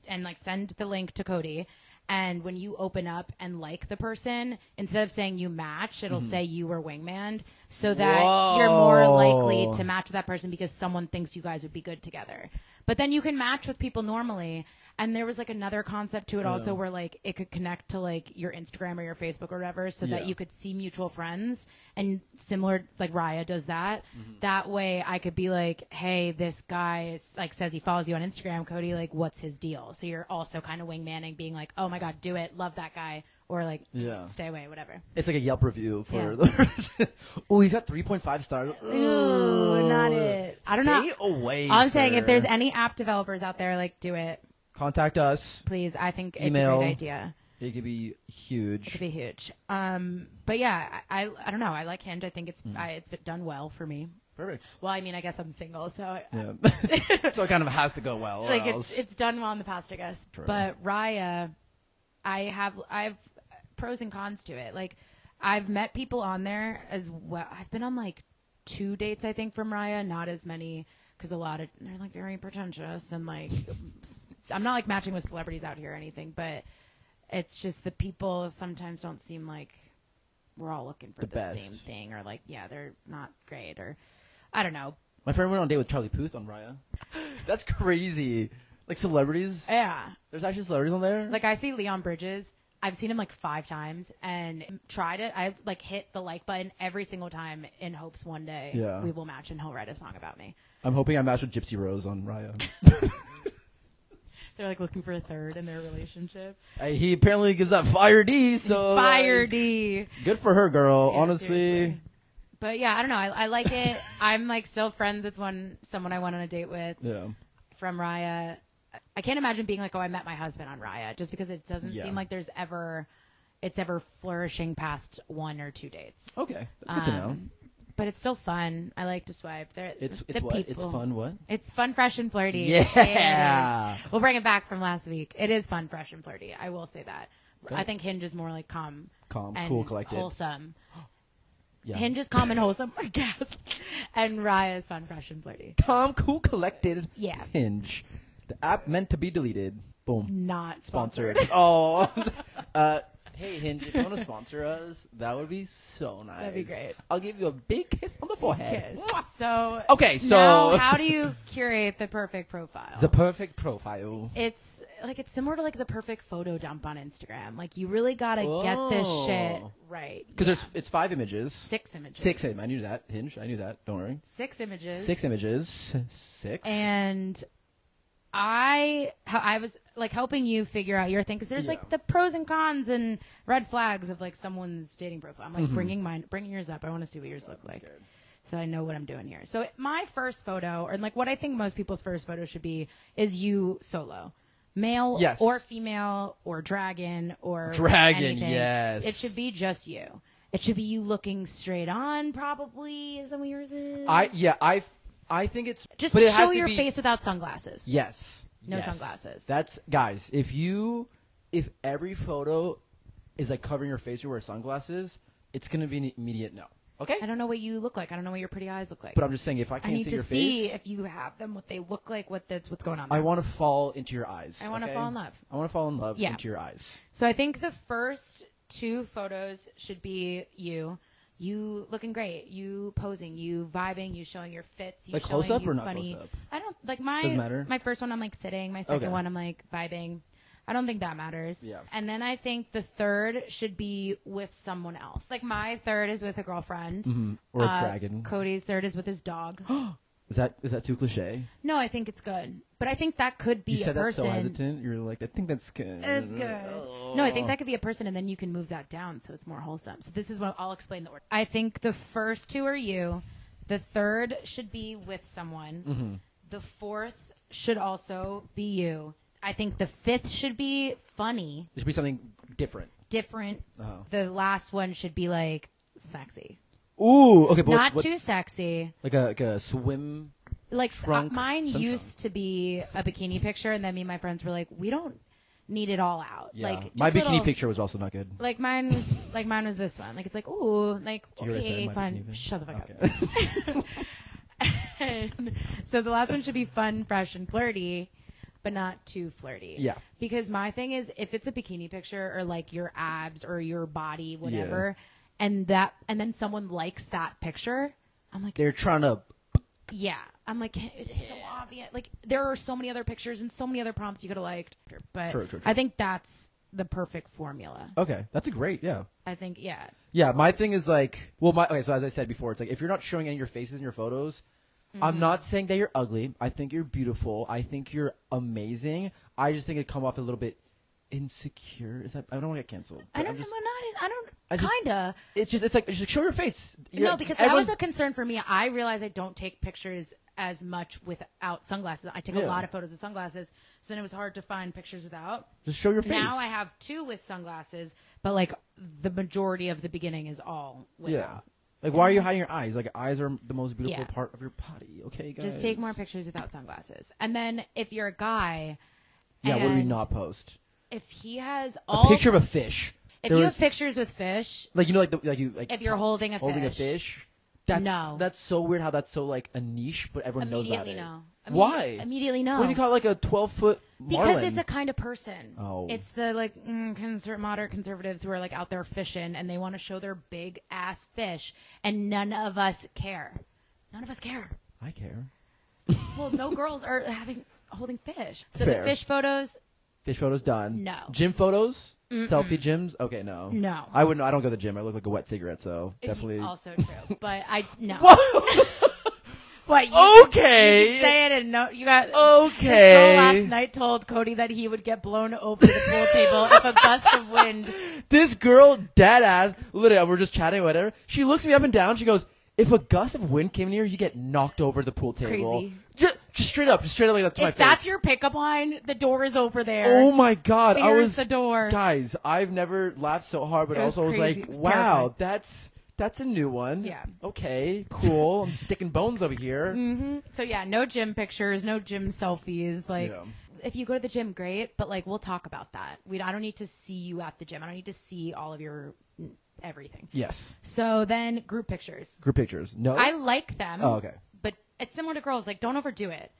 Speaker 1: and like send the link to Cody. And when you open up and like the person, instead of saying you match, it'll say you were wingman so that you're more likely
Speaker 2: Whoa.
Speaker 1: to match with that person because someone thinks you guys would be good together. But then you can match with people normally. And there was like another concept to it also where like it could connect to like your Instagram or your Facebook or whatever so that
Speaker 2: Yeah.
Speaker 1: you could see mutual friends and similar like Raya does that.
Speaker 2: Mm-hmm.
Speaker 1: That way I could be like, "Hey, this guy is like says he follows you on Instagram, Cody, like what's his deal?" So you're also kind of wingmanning being like, "Oh my god, do it. Love that guy." Or like,
Speaker 2: Yeah.
Speaker 1: stay away, whatever.
Speaker 2: It's like a Yelp review for
Speaker 1: Yeah.
Speaker 2: the <laughs> person. Oh, he's got 3.5 stars.
Speaker 1: Ooh, not it. I don't know.
Speaker 2: Stay away.
Speaker 1: I'm saying
Speaker 2: sir.
Speaker 1: if there's any app developers out there, like do it,
Speaker 2: Contact us.
Speaker 1: please. I think it's a
Speaker 2: Email.
Speaker 1: great idea.
Speaker 2: It could be
Speaker 1: It'd
Speaker 2: huge.
Speaker 1: be huge. Um, but yeah, I, I I don't know. I like Hinge. I think it's
Speaker 2: Mm.
Speaker 1: I, it's been done well for me. <laughs>
Speaker 2: Perfect.
Speaker 1: Well, I mean, I guess I'm single, so
Speaker 2: Yeah. <laughs> so it kind of has to go well. or
Speaker 1: like
Speaker 2: else-
Speaker 1: it's it's done well in the past, I guess.
Speaker 2: True.
Speaker 1: But Raya, I have I have pros and cons to it. Like I've met people on there as well. I've been on like two dates, I think, from Raya. Not as many because a lot of they're like very pretentious and like <laughs> s- I'm not like matching with celebrities out here or anything, but it's just the people sometimes don't seem like we're all looking for
Speaker 2: The
Speaker 1: the,
Speaker 2: best.
Speaker 1: same thing or like yeah they're not great or I don't know.
Speaker 2: My friend went on a date with Charlie Puth on Raya. That's crazy. Like celebrities.
Speaker 1: Yeah.
Speaker 2: There's actually celebrities on there.
Speaker 1: Like I see Leon Bridges. I've seen him like five times and tried it. I've like hit the like button every single time in hopes one day
Speaker 2: Yeah.
Speaker 1: we will match and he'll write a song about me.
Speaker 2: I'm hoping I match with Gypsy Rose on Raya. <laughs>
Speaker 1: They're like looking for a third in their relationship.
Speaker 2: Uh, he apparently gives that fire D. So
Speaker 1: Fire
Speaker 2: like,
Speaker 1: D.
Speaker 2: Good for her, girl.
Speaker 1: Yeah,
Speaker 2: honestly.
Speaker 1: seriously. But yeah, I don't know. I, I like it. I'm like still friends with one someone I went on a date with
Speaker 2: Yeah.
Speaker 1: from Raya. I can't imagine being like, oh, I met my husband on Raya, just because it doesn't
Speaker 2: Yeah.
Speaker 1: seem like there's ever, it's ever flourishing past one or two dates.
Speaker 2: Okay. That's good to know.
Speaker 1: Um, But it's still fun. I like to swipe. They're,
Speaker 2: It's
Speaker 1: the
Speaker 2: it's what it's
Speaker 1: people.
Speaker 2: fun. What?
Speaker 1: It's fun, fresh, and flirty.
Speaker 2: Yeah.
Speaker 1: It is. We'll bring it back from last week. It is fun, fresh, and flirty. I will say that.
Speaker 2: Great.
Speaker 1: I think Hinge is more like calm,
Speaker 2: Calm,
Speaker 1: and
Speaker 2: cool, collected.
Speaker 1: wholesome.
Speaker 2: <gasps> Yeah.
Speaker 1: Hinge is calm and wholesome, <laughs> I guess. And Raya is fun, fresh, and flirty.
Speaker 2: Calm, cool, collected.
Speaker 1: Yeah.
Speaker 2: Hinge. The app meant to be deleted. Boom.
Speaker 1: Not sponsored.
Speaker 2: Sponsored.
Speaker 1: <laughs>
Speaker 2: <laughs> oh. uh, hey, Hinge, if you want to sponsor us, that would be so nice.
Speaker 1: That'd be great.
Speaker 2: I'll give you a big kiss on the forehead.
Speaker 1: Kiss.
Speaker 2: Mwah.
Speaker 1: So
Speaker 2: Okay, so-
Speaker 1: now how do you curate the perfect profile?
Speaker 2: <laughs> The perfect profile.
Speaker 1: it's like it's similar to like the perfect photo dump on Instagram. Like you really gotta get this
Speaker 2: Oh.
Speaker 1: shit right.
Speaker 2: Because
Speaker 1: Yeah.
Speaker 2: there's it's five images.
Speaker 1: six images.
Speaker 2: Six. I knew that. Hinge. I knew that. Don't worry.
Speaker 1: Six images.
Speaker 2: Six images. Six.
Speaker 1: And I how I was like helping you figure out your thing because there's
Speaker 2: Yeah.
Speaker 1: like the pros and cons and red flags of like someone's dating profile. I'm like
Speaker 2: Mm-hmm.
Speaker 1: bringing mine, bringing yours up. I want to see what yours look like.
Speaker 2: scared.
Speaker 1: So I know what I'm doing here. So my first photo, or like what I think most people's first photo should be, is you solo, male
Speaker 2: Yes.
Speaker 1: or female or dragon or
Speaker 2: Dragon,
Speaker 1: anything.
Speaker 2: yes.
Speaker 1: It should be just you. It should be you looking straight on, probably. Is that what yours is?
Speaker 2: I yeah I I think it's
Speaker 1: Just
Speaker 2: but it has
Speaker 1: show
Speaker 2: to
Speaker 1: your
Speaker 2: be-
Speaker 1: face without sunglasses.
Speaker 2: Yes.
Speaker 1: No
Speaker 2: Yes.
Speaker 1: sunglasses.
Speaker 2: That's guys. If you if every photo is like covering your face, you wear sunglasses. It's gonna be an immediate no. Okay.
Speaker 1: I don't know what you look like. I don't know what your pretty eyes look like.
Speaker 2: But I'm just saying, if I
Speaker 1: I
Speaker 2: can't
Speaker 1: need
Speaker 2: see
Speaker 1: to
Speaker 2: your
Speaker 1: see
Speaker 2: face,
Speaker 1: if you have them, what they look like, what that's what's going on.
Speaker 2: I
Speaker 1: there.
Speaker 2: want to fall into your eyes.
Speaker 1: I wanna
Speaker 2: okay?
Speaker 1: fall in love.
Speaker 2: I want to fall in love
Speaker 1: Yeah.
Speaker 2: into your eyes.
Speaker 1: So I think the first two photos should be you. You looking great. You posing. You vibing. You showing your fits. You
Speaker 2: Like
Speaker 1: showing
Speaker 2: close up
Speaker 1: you
Speaker 2: or not
Speaker 1: funny.
Speaker 2: close up?
Speaker 1: I don't like my
Speaker 2: Doesn't matter.
Speaker 1: my first one. I'm like sitting. My second
Speaker 2: Okay.
Speaker 1: one. I'm like vibing. I don't think that matters.
Speaker 2: Yeah.
Speaker 1: And then I think the third should be with someone else. Like my third is with a girlfriend.
Speaker 2: Mm-hmm. Or a
Speaker 1: Uh,
Speaker 2: dragon.
Speaker 1: Cody's third is with his dog. <gasps>
Speaker 2: Is that is that too cliche?
Speaker 1: no, I think it's good, but I think that could be
Speaker 2: You said
Speaker 1: a
Speaker 2: that
Speaker 1: person.
Speaker 2: so hesitant. You're like, I think that's good.
Speaker 1: It's
Speaker 2: Oh.
Speaker 1: good. Mm-hmm. No, I think that could be a person, and then you can move that down so it's more wholesome. So this is what I'll explain the order. I think the first two are you. The third should be with someone.
Speaker 2: Mm-hmm.
Speaker 1: The fourth should also be you. I think the fifth should be funny,
Speaker 2: It should be something different.
Speaker 1: different.
Speaker 2: Uh-huh.
Speaker 1: The last one should be like sexy,
Speaker 2: Ooh, okay, but what's-
Speaker 1: not
Speaker 2: what's,
Speaker 1: too sexy.
Speaker 2: like a like a swim.
Speaker 1: Like
Speaker 2: Trunk
Speaker 1: uh, mine
Speaker 2: syndrome.
Speaker 1: used to be a bikini picture, and then me and my friends were like, we don't need it all out.
Speaker 2: Yeah,
Speaker 1: Like
Speaker 2: my
Speaker 1: just
Speaker 2: bikini
Speaker 1: little-
Speaker 2: picture was also not good.
Speaker 1: Like mine was like mine was this one. Like it's like ooh, like
Speaker 2: You already
Speaker 1: okay,
Speaker 2: said my
Speaker 1: fun.
Speaker 2: bikini
Speaker 1: Shut the fuck
Speaker 2: Okay. <laughs>
Speaker 1: up. <laughs> And so the last one should be fun, fresh, and flirty, but not too flirty.
Speaker 2: Yeah.
Speaker 1: Because my thing is, if it's a bikini picture or like your abs or your body, whatever, and that, and then someone likes that picture, I'm like,
Speaker 2: They're trying to.
Speaker 1: yeah. I'm like, "Can't- it's so obvious. Like there are so many other pictures and so many other prompts you could have liked. But
Speaker 2: True, true, true.
Speaker 1: I think that's the perfect formula.
Speaker 2: Okay, that's a great. Yeah,
Speaker 1: I think yeah.
Speaker 2: yeah. My thing is like, well, my okay. So as I said before, it's like if you're not showing any of your faces in your photos,
Speaker 1: Mm-hmm.
Speaker 2: I'm not saying that you're ugly. I think you're beautiful. I think you're amazing. I just think it come off a little bit insecure. Is that I don't want to get canceled.
Speaker 1: I
Speaker 2: but
Speaker 1: don't.
Speaker 2: I'm just-
Speaker 1: I'm not. I don't.
Speaker 2: I just-
Speaker 1: kinda.
Speaker 2: It's just it's like just show your face. You're-
Speaker 1: no, because
Speaker 2: everyone-
Speaker 1: that was a concern for me. I realize I don't take pictures as much without sunglasses. I take a
Speaker 2: Yeah.
Speaker 1: lot of photos with sunglasses, so then it was hard to find pictures without.
Speaker 2: just show your face.
Speaker 1: Now I have two with sunglasses, but like the majority of the beginning is all
Speaker 2: Yeah.
Speaker 1: without.
Speaker 2: Like, why are you hiding your eyes? Like, eyes are the most beautiful
Speaker 1: Yeah.
Speaker 2: part of your body. Okay, guys.
Speaker 1: Just take more pictures without sunglasses. And then if you're a guy,
Speaker 2: Yeah, what do we
Speaker 1: and
Speaker 2: not post?
Speaker 1: If he has
Speaker 2: A
Speaker 1: all
Speaker 2: picture of a fish.
Speaker 1: if
Speaker 2: There
Speaker 1: you
Speaker 2: was-
Speaker 1: have pictures with fish,
Speaker 2: like you know, like the, like you like
Speaker 1: If you're holding a
Speaker 2: holding a
Speaker 1: fish.
Speaker 2: fish. That's
Speaker 1: No.
Speaker 2: that's so weird how that's so like a niche, but everyone knows about
Speaker 1: immediately
Speaker 2: it.
Speaker 1: no. Immedi-
Speaker 2: Why?
Speaker 1: Immediately no.
Speaker 2: What do you call it, like a twelve foot?
Speaker 1: Because it's a kind of person.
Speaker 2: Oh.
Speaker 1: It's the like mm, conser- moderate conservatives who are like out there fishing and they want to show their big ass fish, and none of us care. None of us care.
Speaker 2: I care.
Speaker 1: Well,
Speaker 2: <laughs>
Speaker 1: no girls are having holding fish. So
Speaker 2: Fair.
Speaker 1: the fish photos,
Speaker 2: Fish photos done.
Speaker 1: No.
Speaker 2: Gym photos. Selfie gyms. Okay, no.
Speaker 1: No.
Speaker 2: I wouldn't. I don't go to the gym. I look like a wet cigarette. So definitely.
Speaker 1: also true. But I no.
Speaker 2: Whoa!
Speaker 1: <laughs> But you,
Speaker 2: Okay.
Speaker 1: you can say it and no, you got
Speaker 2: Okay.
Speaker 1: This girl last night told Cody that he would get blown over the pool table if a gust of
Speaker 2: <laughs>
Speaker 1: wind.
Speaker 2: this girl, dead ass, literally, we're just chatting, whatever. She looks me up and down. She goes, "If a gust of wind came near, you get knocked over the pool table."
Speaker 1: Crazy.
Speaker 2: Ju- Just, straight up, just straight up like that to my
Speaker 1: If
Speaker 2: face.
Speaker 1: that's your pickup line, the door is over there.
Speaker 2: Oh my god! I
Speaker 1: There's
Speaker 2: was
Speaker 1: the door.
Speaker 2: guys. I've never laughed so hard, but
Speaker 1: It was
Speaker 2: also was
Speaker 1: crazy.
Speaker 2: like,
Speaker 1: It was
Speaker 2: "Wow,
Speaker 1: terrifying.
Speaker 2: that's that's a new one."
Speaker 1: Yeah. Mm-hmm.
Speaker 2: Okay. Cool. I'm sticking bones over here.
Speaker 1: So yeah, no gym pictures, no gym selfies. Like,
Speaker 2: Yeah.
Speaker 1: if you go to the gym, great, but like we'll talk about that. We I don't need to see you at the gym. I don't need to see all of your everything.
Speaker 2: Yes.
Speaker 1: So then group pictures.
Speaker 2: Group pictures. No.
Speaker 1: I like them.
Speaker 2: Oh, okay.
Speaker 1: But it's similar to girls. Like, don't overdo it.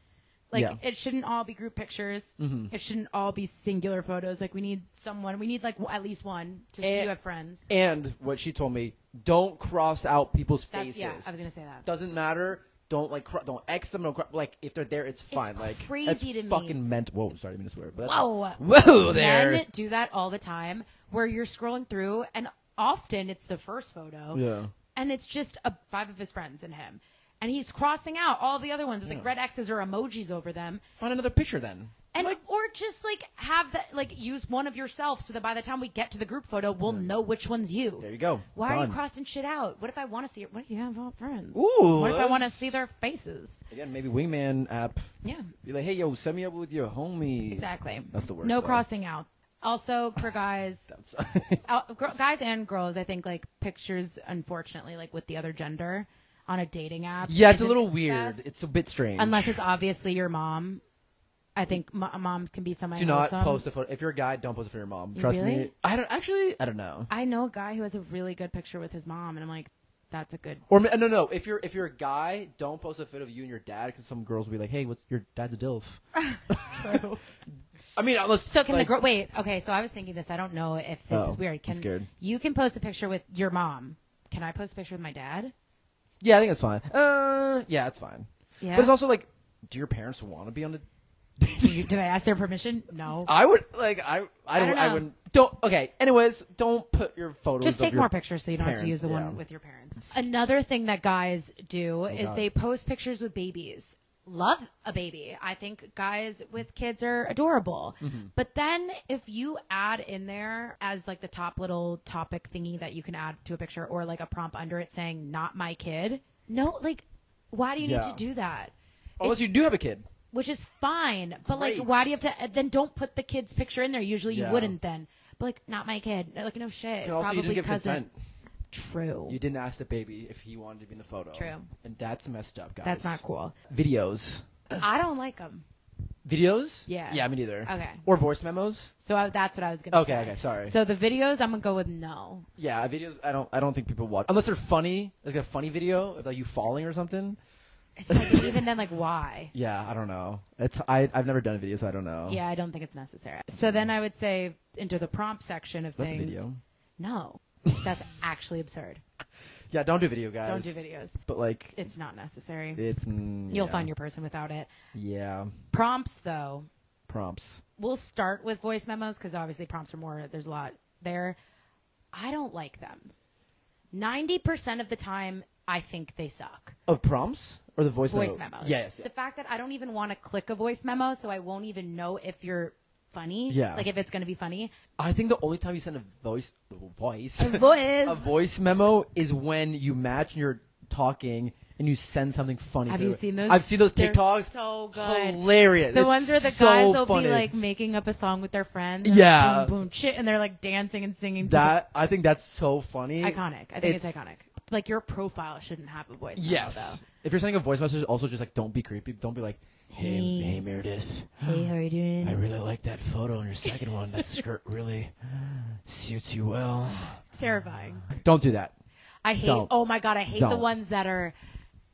Speaker 1: Like,
Speaker 2: Yeah. Mm-hmm.
Speaker 1: it shouldn't all be group pictures. It shouldn't all be singular photos. Like, we need someone. We need like w- at least one to see
Speaker 2: And-
Speaker 1: you have friends.
Speaker 2: and what she told me: don't cross out people's
Speaker 1: That's
Speaker 2: faces.
Speaker 1: yeah. I was gonna say that.
Speaker 2: doesn't matter. Don't like cr- don't X them. Don't cr- like if they're there, it's fine. like
Speaker 1: crazy
Speaker 2: that's
Speaker 1: to me.
Speaker 2: Fucking meant. Whoa, sorry, I didn't mean to swear. But
Speaker 1: Whoa.
Speaker 2: whoa there.
Speaker 1: Men do that all the time, where you're scrolling through, and often it's the first photo.
Speaker 2: yeah,
Speaker 1: and it's just a, five of his friends and him. And he's crossing out all the other ones with like red X's or emojis over them.
Speaker 2: find another picture then.
Speaker 1: And
Speaker 2: like,
Speaker 1: or just like have that like use one of yourself so that by the time we get to the group photo, we'll know which one's you.
Speaker 2: There you go.
Speaker 1: Why are
Speaker 2: Done.
Speaker 1: you crossing shit out? What if I want to see your what if you have all friends?
Speaker 2: Ooh,
Speaker 1: What if I want to
Speaker 2: that's-
Speaker 1: see their faces?
Speaker 2: again, maybe Wingman app.
Speaker 1: Yeah.
Speaker 2: Be like, hey yo, set me up with your homie.
Speaker 1: Exactly.
Speaker 2: That's the worst,
Speaker 1: No
Speaker 2: though.
Speaker 1: crossing out. Also for guys
Speaker 2: That's-
Speaker 1: uh, gr- guys and girls, I think like pictures unfortunately like with the other gender on a dating app.
Speaker 2: <laughs> yeah, it's a
Speaker 1: isn't
Speaker 2: little
Speaker 1: the
Speaker 2: weird.
Speaker 1: best.
Speaker 2: It's a bit strange.
Speaker 1: unless it's obviously your mom. I think mo- moms can be semi.
Speaker 2: do not
Speaker 1: wholesome.
Speaker 2: post a photo. If you're a guy, don't post it for your mom. Trust me.
Speaker 1: Really?
Speaker 2: I don't actually. I don't know.
Speaker 1: I know a guy who has a really good picture with his mom, and I'm like, that's a good.
Speaker 2: Or ma- no, no. If you're if you're a guy, don't post a photo of you and your dad because some girls will be like, "Hey, what's your dad's a dilf?"
Speaker 1: <laughs>
Speaker 2: <laughs> I mean, unless
Speaker 1: So can
Speaker 2: like-
Speaker 1: the girl wait? Okay, so I was thinking this. I don't know if this
Speaker 2: Oh,
Speaker 1: is weird.
Speaker 2: I'm
Speaker 1: Can
Speaker 2: scared.
Speaker 1: you can post a picture with your mom? Can I post a picture with my dad? <laughs>
Speaker 2: Yeah, I think it's fine. Uh, yeah, it's fine.
Speaker 1: Yeah.
Speaker 2: But it's also like, do your parents want to be on the
Speaker 1: Did, you, did I ask their permission? No.
Speaker 2: I would like I I don't,
Speaker 1: don't
Speaker 2: I
Speaker 1: know.
Speaker 2: wouldn't don't okay. Anyways, don't put your photos.
Speaker 1: Just
Speaker 2: of
Speaker 1: take
Speaker 2: your-
Speaker 1: more pictures so you don't have to
Speaker 2: parents,
Speaker 1: use the
Speaker 2: yeah. Oh
Speaker 1: one with your parents. Another thing that guys do is
Speaker 2: God.
Speaker 1: they post pictures with babies. Love a baby. I think guys with kids are adorable.
Speaker 2: Mm-hmm.
Speaker 1: But then if you add in there as like the top little topic thingy that you can add to a picture or like a prompt under it saying not my kid. No, like why do you
Speaker 2: Yeah.
Speaker 1: need to do that?
Speaker 2: Unless you do have a kid.
Speaker 1: which is fine. But
Speaker 2: Great.
Speaker 1: like, why do you have to? uh, Then don't put the kid's picture in there. Usually,
Speaker 2: Yeah.
Speaker 1: you wouldn't then. But like, not my kid. Like, no shit. It's
Speaker 2: And also,
Speaker 1: probably
Speaker 2: you didn't give
Speaker 1: cousin.
Speaker 2: consent.
Speaker 1: True.
Speaker 2: You didn't ask the baby if he wanted to be in the photo.
Speaker 1: True.
Speaker 2: And that's messed up, guys.
Speaker 1: That's not cool.
Speaker 2: Videos.
Speaker 1: I don't like them.
Speaker 2: Videos?
Speaker 1: Yeah.
Speaker 2: Yeah, me neither.
Speaker 1: Okay.
Speaker 2: Or voice memos?
Speaker 1: So I, that's what I was gonna
Speaker 2: Okay,
Speaker 1: say.
Speaker 2: okay, sorry.
Speaker 1: So the videos, I'm gonna go with no.
Speaker 2: Yeah, videos. I don't. I don't think people watch unless they're funny, like a funny video of like you falling or something.
Speaker 1: It's like even then, like why?
Speaker 2: Yeah, I don't know. It's I. I've never done a video, so I don't know.
Speaker 1: Yeah, I don't think it's necessary. So then I would say into the prompt section of
Speaker 2: That's a
Speaker 1: things.
Speaker 2: video. <laughs>
Speaker 1: No, that's actually absurd.
Speaker 2: Yeah, don't do video, guys.
Speaker 1: Don't do videos.
Speaker 2: But like,
Speaker 1: It's not necessary.
Speaker 2: it's. mm,
Speaker 1: You'll
Speaker 2: yeah.
Speaker 1: find your person without it.
Speaker 2: Yeah.
Speaker 1: Prompts though,
Speaker 2: Prompts.
Speaker 1: we'll start with voice memos because obviously prompts are more there's a lot there i don't like them 90% of the time i think they suck
Speaker 2: Of Oh, prompts or the voice
Speaker 1: voice
Speaker 2: memo?
Speaker 1: memos
Speaker 2: Yes.
Speaker 1: the fact that i don't even want to click a voice memo so i won't even know if you're funny
Speaker 2: Yeah.
Speaker 1: like if it's going to be funny
Speaker 2: I think the only time you send a voice voice
Speaker 1: voice
Speaker 2: <laughs> a voice memo is when you match your talking and you send something funny.
Speaker 1: Have
Speaker 2: through
Speaker 1: you
Speaker 2: it.
Speaker 1: seen those?
Speaker 2: I've seen those
Speaker 1: They're
Speaker 2: TikToks.
Speaker 1: so good.
Speaker 2: Hilarious.
Speaker 1: the
Speaker 2: It's
Speaker 1: ones where the
Speaker 2: so
Speaker 1: guys will
Speaker 2: funny.
Speaker 1: be like making up a song with their friends and
Speaker 2: Yeah.
Speaker 1: like, boom boom shit and they're like dancing and singing to
Speaker 2: that. I think that's so funny.
Speaker 1: the- iconic i think it's, iconic like your profile shouldn't have a voice memo,
Speaker 2: Yes.
Speaker 1: though
Speaker 2: <sighs> If you're sending a voice message, also just like don't be creepy. Don't be like, hey,
Speaker 1: Hey.
Speaker 2: hey, Meredith,
Speaker 1: Hey, how are you doing?
Speaker 2: I really like that photo on your second one. That skirt
Speaker 1: <laughs>
Speaker 2: really suits you well.
Speaker 1: It's terrifying.
Speaker 2: Don't do that.
Speaker 1: I hate.
Speaker 2: Don't.
Speaker 1: Oh my god, I hate the
Speaker 2: Don't.
Speaker 1: ones that are.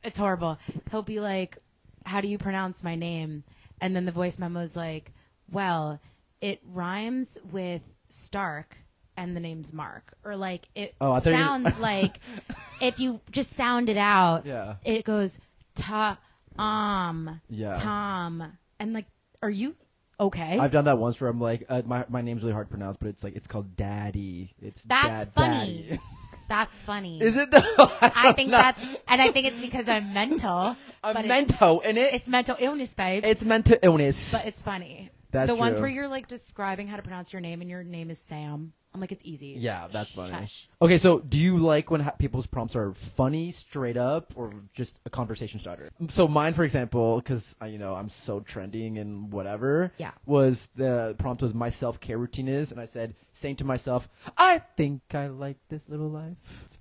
Speaker 1: It's horrible. He'll be like, "How do you pronounce my name?" And then the voice memo is like, "Well, it rhymes with Stark." And the name's Mark, or like it
Speaker 2: Oh, I thought you were-
Speaker 1: sounds like
Speaker 2: <laughs>
Speaker 1: if you just sound it out,
Speaker 2: Yeah.
Speaker 1: it goes ta um
Speaker 2: Yeah.
Speaker 1: Tom, and like, are you okay?
Speaker 2: I've done that once where I'm like, uh, my my name's really hard to pronounce, but it's like it's called Daddy. It's
Speaker 1: That's
Speaker 2: Dad-
Speaker 1: funny.
Speaker 2: Daddy. <laughs>
Speaker 1: That's funny.
Speaker 2: Is it though? <laughs> I
Speaker 1: I
Speaker 2: don't
Speaker 1: think
Speaker 2: know.
Speaker 1: that's, and I think it's because I'm
Speaker 2: <laughs>
Speaker 1: mental.
Speaker 2: a
Speaker 1: but it's-
Speaker 2: mento in it.
Speaker 1: It's, mental illness, babes.
Speaker 2: It's mental illness.
Speaker 1: but it's funny.
Speaker 2: That's
Speaker 1: the ones
Speaker 2: true.
Speaker 1: where you're like describing how to pronounce your name, and your name is Sam. I'm like, it's easy.
Speaker 2: yeah, that's funny.
Speaker 1: Shush.
Speaker 2: Okay, so do you like when ha- people's prompts are funny, straight up, or just a conversation starter? So mine, for example, because you know I'm so trending and whatever.
Speaker 1: Yeah.
Speaker 2: Was the prompt was my self care routine is, and I said saying to myself, I think I like this little life.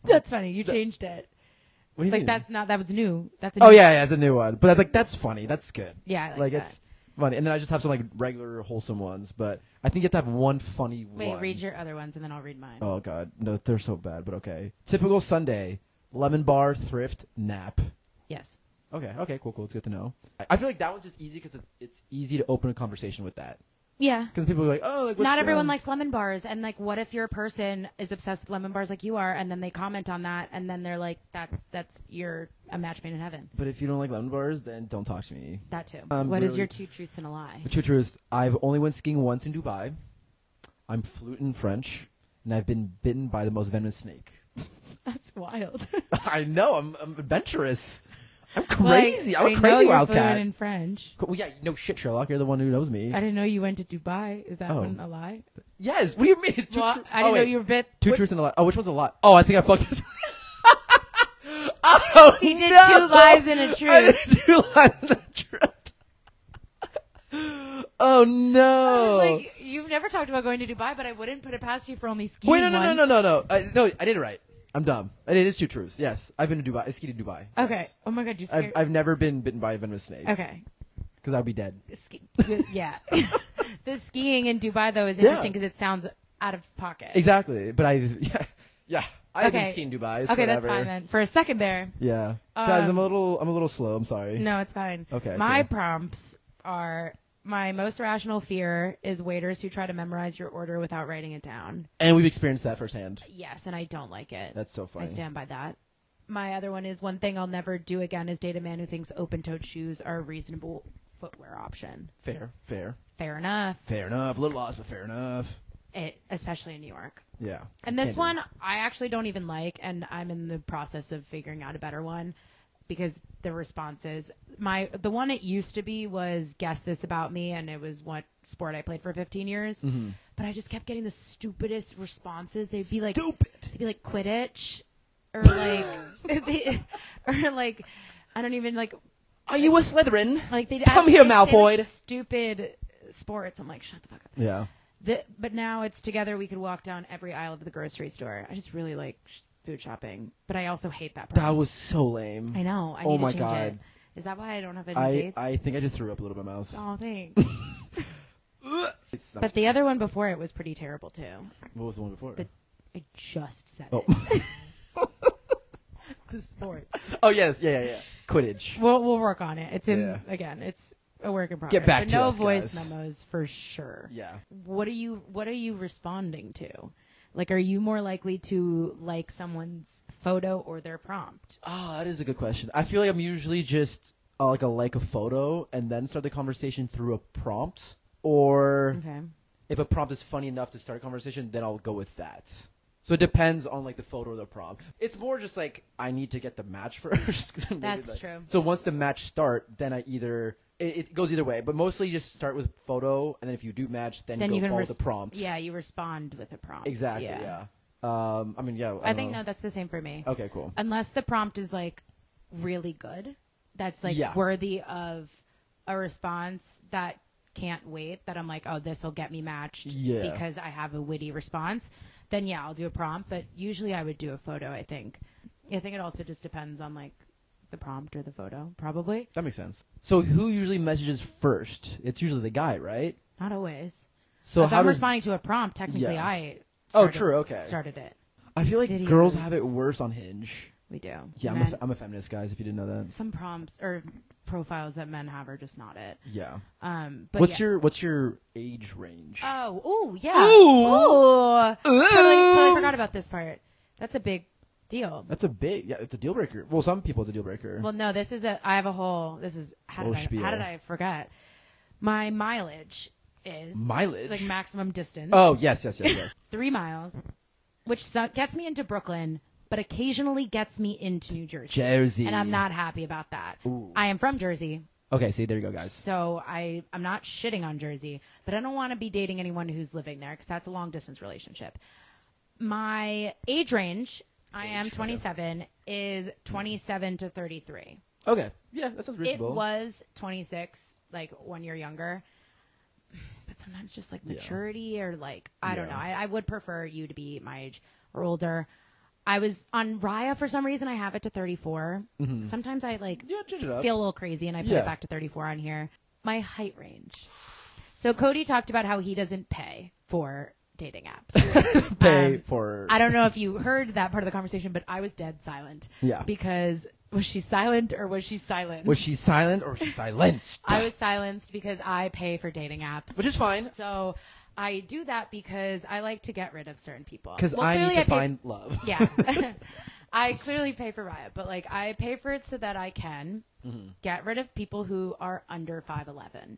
Speaker 1: That's funny. You changed it.
Speaker 2: What do you
Speaker 1: Like
Speaker 2: mean?
Speaker 1: that's not that was new. That's a
Speaker 2: Oh
Speaker 1: new-
Speaker 2: yeah, yeah, it's a new one. But that's like that's funny. That's good.
Speaker 1: Yeah, I like that.
Speaker 2: it's funny. And then I just have some like regular wholesome ones, but I think you have to have one funny
Speaker 1: Wait,
Speaker 2: one.
Speaker 1: read your other ones, and then I'll read mine.
Speaker 2: Oh god, no, they're so bad, but okay. Typical Sunday, lemon bar, thrift, nap.
Speaker 1: Yes.
Speaker 2: Okay, okay, cool, cool. It's good to know. I- I feel like that one's just easy because it's, it's easy to open a conversation with that.
Speaker 1: Yeah.
Speaker 2: Because people are like, oh, like what's
Speaker 1: Not
Speaker 2: your,
Speaker 1: everyone
Speaker 2: um,
Speaker 1: likes lemon bars, and like, what if your person is obsessed with lemon bars like you are, and then they comment on that, and then they're like, "That's that's you're a match made in heaven."
Speaker 2: But if you don't like lemon bars, then don't talk to me.
Speaker 1: That too. What is
Speaker 2: I'm Um, really-
Speaker 1: your two truths and a lie? <laughs>
Speaker 2: The true truth is, I've only went skiing once in Dubai. I'm fluent in French, and I've been bitten by the most venomous snake. <laughs>
Speaker 1: That's wild.
Speaker 2: I know. I'm, I'm adventurous. I'm
Speaker 1: Like,
Speaker 2: <laughs> crazy. I'm
Speaker 1: I
Speaker 2: a
Speaker 1: know
Speaker 2: crazy
Speaker 1: you're
Speaker 2: wildcat.
Speaker 1: fluent in French.
Speaker 2: Cool, well, yeah, no shit, Sherlock. You're the one who knows me.
Speaker 1: I didn't know you went to Dubai. Is that
Speaker 2: Oh.
Speaker 1: one a lie?
Speaker 2: yes. What do you mean? It's two
Speaker 1: Well,
Speaker 2: tru-
Speaker 1: I
Speaker 2: oh,
Speaker 1: didn't know
Speaker 2: wait.
Speaker 1: you were bit.
Speaker 2: Two
Speaker 1: What-
Speaker 2: truths and a lie. Oh, which one's a lie? Oh, I think I fucked this. <laughs> oh,
Speaker 1: He did
Speaker 2: no!
Speaker 1: two lies and a
Speaker 2: <laughs> I
Speaker 1: truth.
Speaker 2: did two lies and a truth. <laughs> oh
Speaker 1: I
Speaker 2: no!
Speaker 1: was like, you've never talked about going to Dubai, but I wouldn't put it past you for only skiing.
Speaker 2: Oh. Wait, no, no, no,
Speaker 1: once.
Speaker 2: no, no, no. I, no, I did it right. I'm dumb. It is two truths. Yes, I've been to Dubai. I skied to Dubai. Yes.
Speaker 1: Okay. Oh my god, you
Speaker 2: I've,
Speaker 1: scared.
Speaker 2: I've never been bitten by a venomous snake.
Speaker 1: okay.
Speaker 2: Because I'd be dead.
Speaker 1: Ski- yeah.
Speaker 2: <laughs>
Speaker 1: <laughs> the skiing in Dubai though is
Speaker 2: Yeah.
Speaker 1: interesting because it sounds out of pocket.
Speaker 2: Exactly. But I, <laughs> yeah, yeah. I've been
Speaker 1: Okay.
Speaker 2: skiing Dubai. it's
Speaker 1: Okay, that's
Speaker 2: whatever.
Speaker 1: fine then. For a second there,
Speaker 2: Yeah, guys, I'm
Speaker 1: Um,
Speaker 2: a little, I'm a little slow. I'm sorry.
Speaker 1: no, it's fine.
Speaker 2: Okay,
Speaker 1: My
Speaker 2: cool.
Speaker 1: prompts are my most irrational fear is waiters who try to memorize your order without writing it down.
Speaker 2: And we've experienced that firsthand.
Speaker 1: Yes, and I don't like it.
Speaker 2: That's so funny.
Speaker 1: I stand by that. My other one is one thing I'll never do again is date a man who thinks open toed shoes are reasonable footwear option.
Speaker 2: Fair, fair,
Speaker 1: Fair enough.
Speaker 2: fair enough. A little lost, but fair enough.
Speaker 1: It, especially in New York.
Speaker 2: Yeah.
Speaker 1: And this
Speaker 2: Can't do
Speaker 1: one I actually don't even like, and I'm in the process of figuring out a better one because the responses my the one it used to be was guess this about me and it was what sport I played for 15 years but I just kept getting the stupidest responses they'd be like
Speaker 2: Stupid.
Speaker 1: they'd be like quidditch
Speaker 2: <gasps>
Speaker 1: or like <laughs> they, or like I don't even like
Speaker 2: Are you a Slytherin?
Speaker 1: like they
Speaker 2: Come here, Malfoy.
Speaker 1: stupid sports I'm like shut the fuck up
Speaker 2: Yeah.
Speaker 1: the, but now it's together. We could walk down every aisle of the grocery store. I just really like sh- food shopping, but I also hate that. Product.
Speaker 2: That was so lame.
Speaker 1: I know. I
Speaker 2: oh
Speaker 1: need to
Speaker 2: my
Speaker 1: change
Speaker 2: God.
Speaker 1: It. Is that why I don't have any
Speaker 2: I,
Speaker 1: dates?
Speaker 2: I think I just threw up a little bit in my mouth.
Speaker 1: oh,
Speaker 2: <laughs>
Speaker 1: thanks.
Speaker 2: It's not-
Speaker 1: but the other one before it was pretty terrible too.
Speaker 2: what was the one before?
Speaker 1: The I just said
Speaker 2: oh. <laughs>
Speaker 1: it. The sport.
Speaker 2: oh yes, yeah, yeah, yeah. Quidditch.
Speaker 1: We'll we'll work on it. It's in
Speaker 2: Yeah.
Speaker 1: again. It's a work in progress.
Speaker 2: Get back
Speaker 1: but
Speaker 2: to
Speaker 1: no
Speaker 2: us,
Speaker 1: voice
Speaker 2: guys.
Speaker 1: memos for sure.
Speaker 2: Yeah.
Speaker 1: what are you what are you responding to like are you more likely to like someone's photo or their prompt
Speaker 2: Oh, that is a good question. I feel like I'm usually just uh, like a like a photo and then start the conversation through a prompt, or
Speaker 1: okay
Speaker 2: if a prompt is funny enough to start a conversation, then I'll go with that. So it depends on like the photo or the prompt. It's more just like I need to get the match <laughs> first. Maybe,
Speaker 1: That's
Speaker 2: like-
Speaker 1: true.
Speaker 2: So once the match start, then I either it, it goes either way, but mostly you just start with photo, and then if you do match, then,
Speaker 1: then
Speaker 2: you
Speaker 1: you
Speaker 2: go
Speaker 1: can
Speaker 2: follow
Speaker 1: res-
Speaker 2: the prompt.
Speaker 1: yeah you respond with a prompt
Speaker 2: Exactly. Yeah. Um. I mean, yeah.
Speaker 1: i, think
Speaker 2: don't
Speaker 1: no that's the same for me
Speaker 2: know. Okay. Cool.
Speaker 1: unless the prompt is like really good that's like
Speaker 2: Yeah.
Speaker 1: worthy of a response that can't wait that i'm like oh this will get me matched
Speaker 2: Yeah.
Speaker 1: because i have a witty response then yeah i'll do a prompt but usually i would do a photo i think i think it also just depends on like the prompt or the photo probably
Speaker 2: That makes sense. So who usually messages first? It's usually the guy, right?
Speaker 1: not always
Speaker 2: So
Speaker 1: if
Speaker 2: how
Speaker 1: i'm
Speaker 2: does
Speaker 1: responding to a prompt technically
Speaker 2: Yeah.
Speaker 1: i
Speaker 2: Oh,
Speaker 1: started-
Speaker 2: true, okay.
Speaker 1: started it
Speaker 2: I feel like
Speaker 1: videos.
Speaker 2: girls have it worse on Hinge?
Speaker 1: we do
Speaker 2: Yeah, I'm a,
Speaker 1: Men-
Speaker 2: fe- I'm a feminist, guys. If you didn't know that,
Speaker 1: some prompts or profiles that men have are just not it
Speaker 2: yeah.
Speaker 1: um but
Speaker 2: what's
Speaker 1: yeah.
Speaker 2: your what's your age range?
Speaker 1: Oh, ooh, yeah.
Speaker 2: Ooh.
Speaker 1: Ooh. Totally,
Speaker 2: Ooh.
Speaker 1: totally forgot about this part. That's a big deal.
Speaker 2: That's a big yeah. It's a deal breaker. Well, some people it's a deal breaker.
Speaker 1: Well, no, this is a. I have a whole. This is how
Speaker 2: Whole
Speaker 1: did I,
Speaker 2: spiel.
Speaker 1: how did I forget? My mileage is
Speaker 2: Mileage?
Speaker 1: like maximum distance.
Speaker 2: oh yes, yes, yes, yes.
Speaker 1: three miles, which so- gets me into Brooklyn, but occasionally gets me into New Jersey.
Speaker 2: Jersey.
Speaker 1: <laughs> And I'm not happy about that.
Speaker 2: Ooh.
Speaker 1: I am from Jersey,
Speaker 2: okay. See, there you go, guys.
Speaker 1: so I I'm not shitting on Jersey, but I don't want to be dating anyone who's living there because that's a long distance relationship. My age range, I am
Speaker 2: Age,
Speaker 1: 27, is 27 to 33.
Speaker 2: Okay, yeah, that sounds
Speaker 1: It
Speaker 2: reasonable.
Speaker 1: was 26, like one year younger. <sighs> But sometimes just like
Speaker 2: Yeah.
Speaker 1: maturity or like I don't
Speaker 2: Yeah.
Speaker 1: know. I, I would prefer you to be my age or older. I was on Raya for some reason. I have it to 34.
Speaker 2: Mm-hmm.
Speaker 1: Sometimes I like
Speaker 2: yeah, change it up.
Speaker 1: feel a little crazy and I put
Speaker 2: Yeah.
Speaker 1: it back to 34 on here. My height range. So Cody talked about how he doesn't pay for dating
Speaker 2: <laughs>
Speaker 1: apps.
Speaker 2: Pay
Speaker 1: um,
Speaker 2: for.
Speaker 1: I don't know if you heard that part of the conversation, but I was dead silent.
Speaker 2: Yeah.
Speaker 1: Because was she silent or was she silent?
Speaker 2: Was she silent or was she
Speaker 1: <laughs>
Speaker 2: silenced?
Speaker 1: I was silenced because I pay for dating apps.
Speaker 2: Which is fine,
Speaker 1: so I do that because I like to get rid of certain people.
Speaker 2: because
Speaker 1: Well,
Speaker 2: I
Speaker 1: clearly
Speaker 2: need to
Speaker 1: pay-
Speaker 2: find love.
Speaker 1: <laughs> yeah. <laughs> I clearly pay for Riot, but like I pay for it so that I can
Speaker 2: Mm-hmm.
Speaker 1: get rid of people who are under 5'11.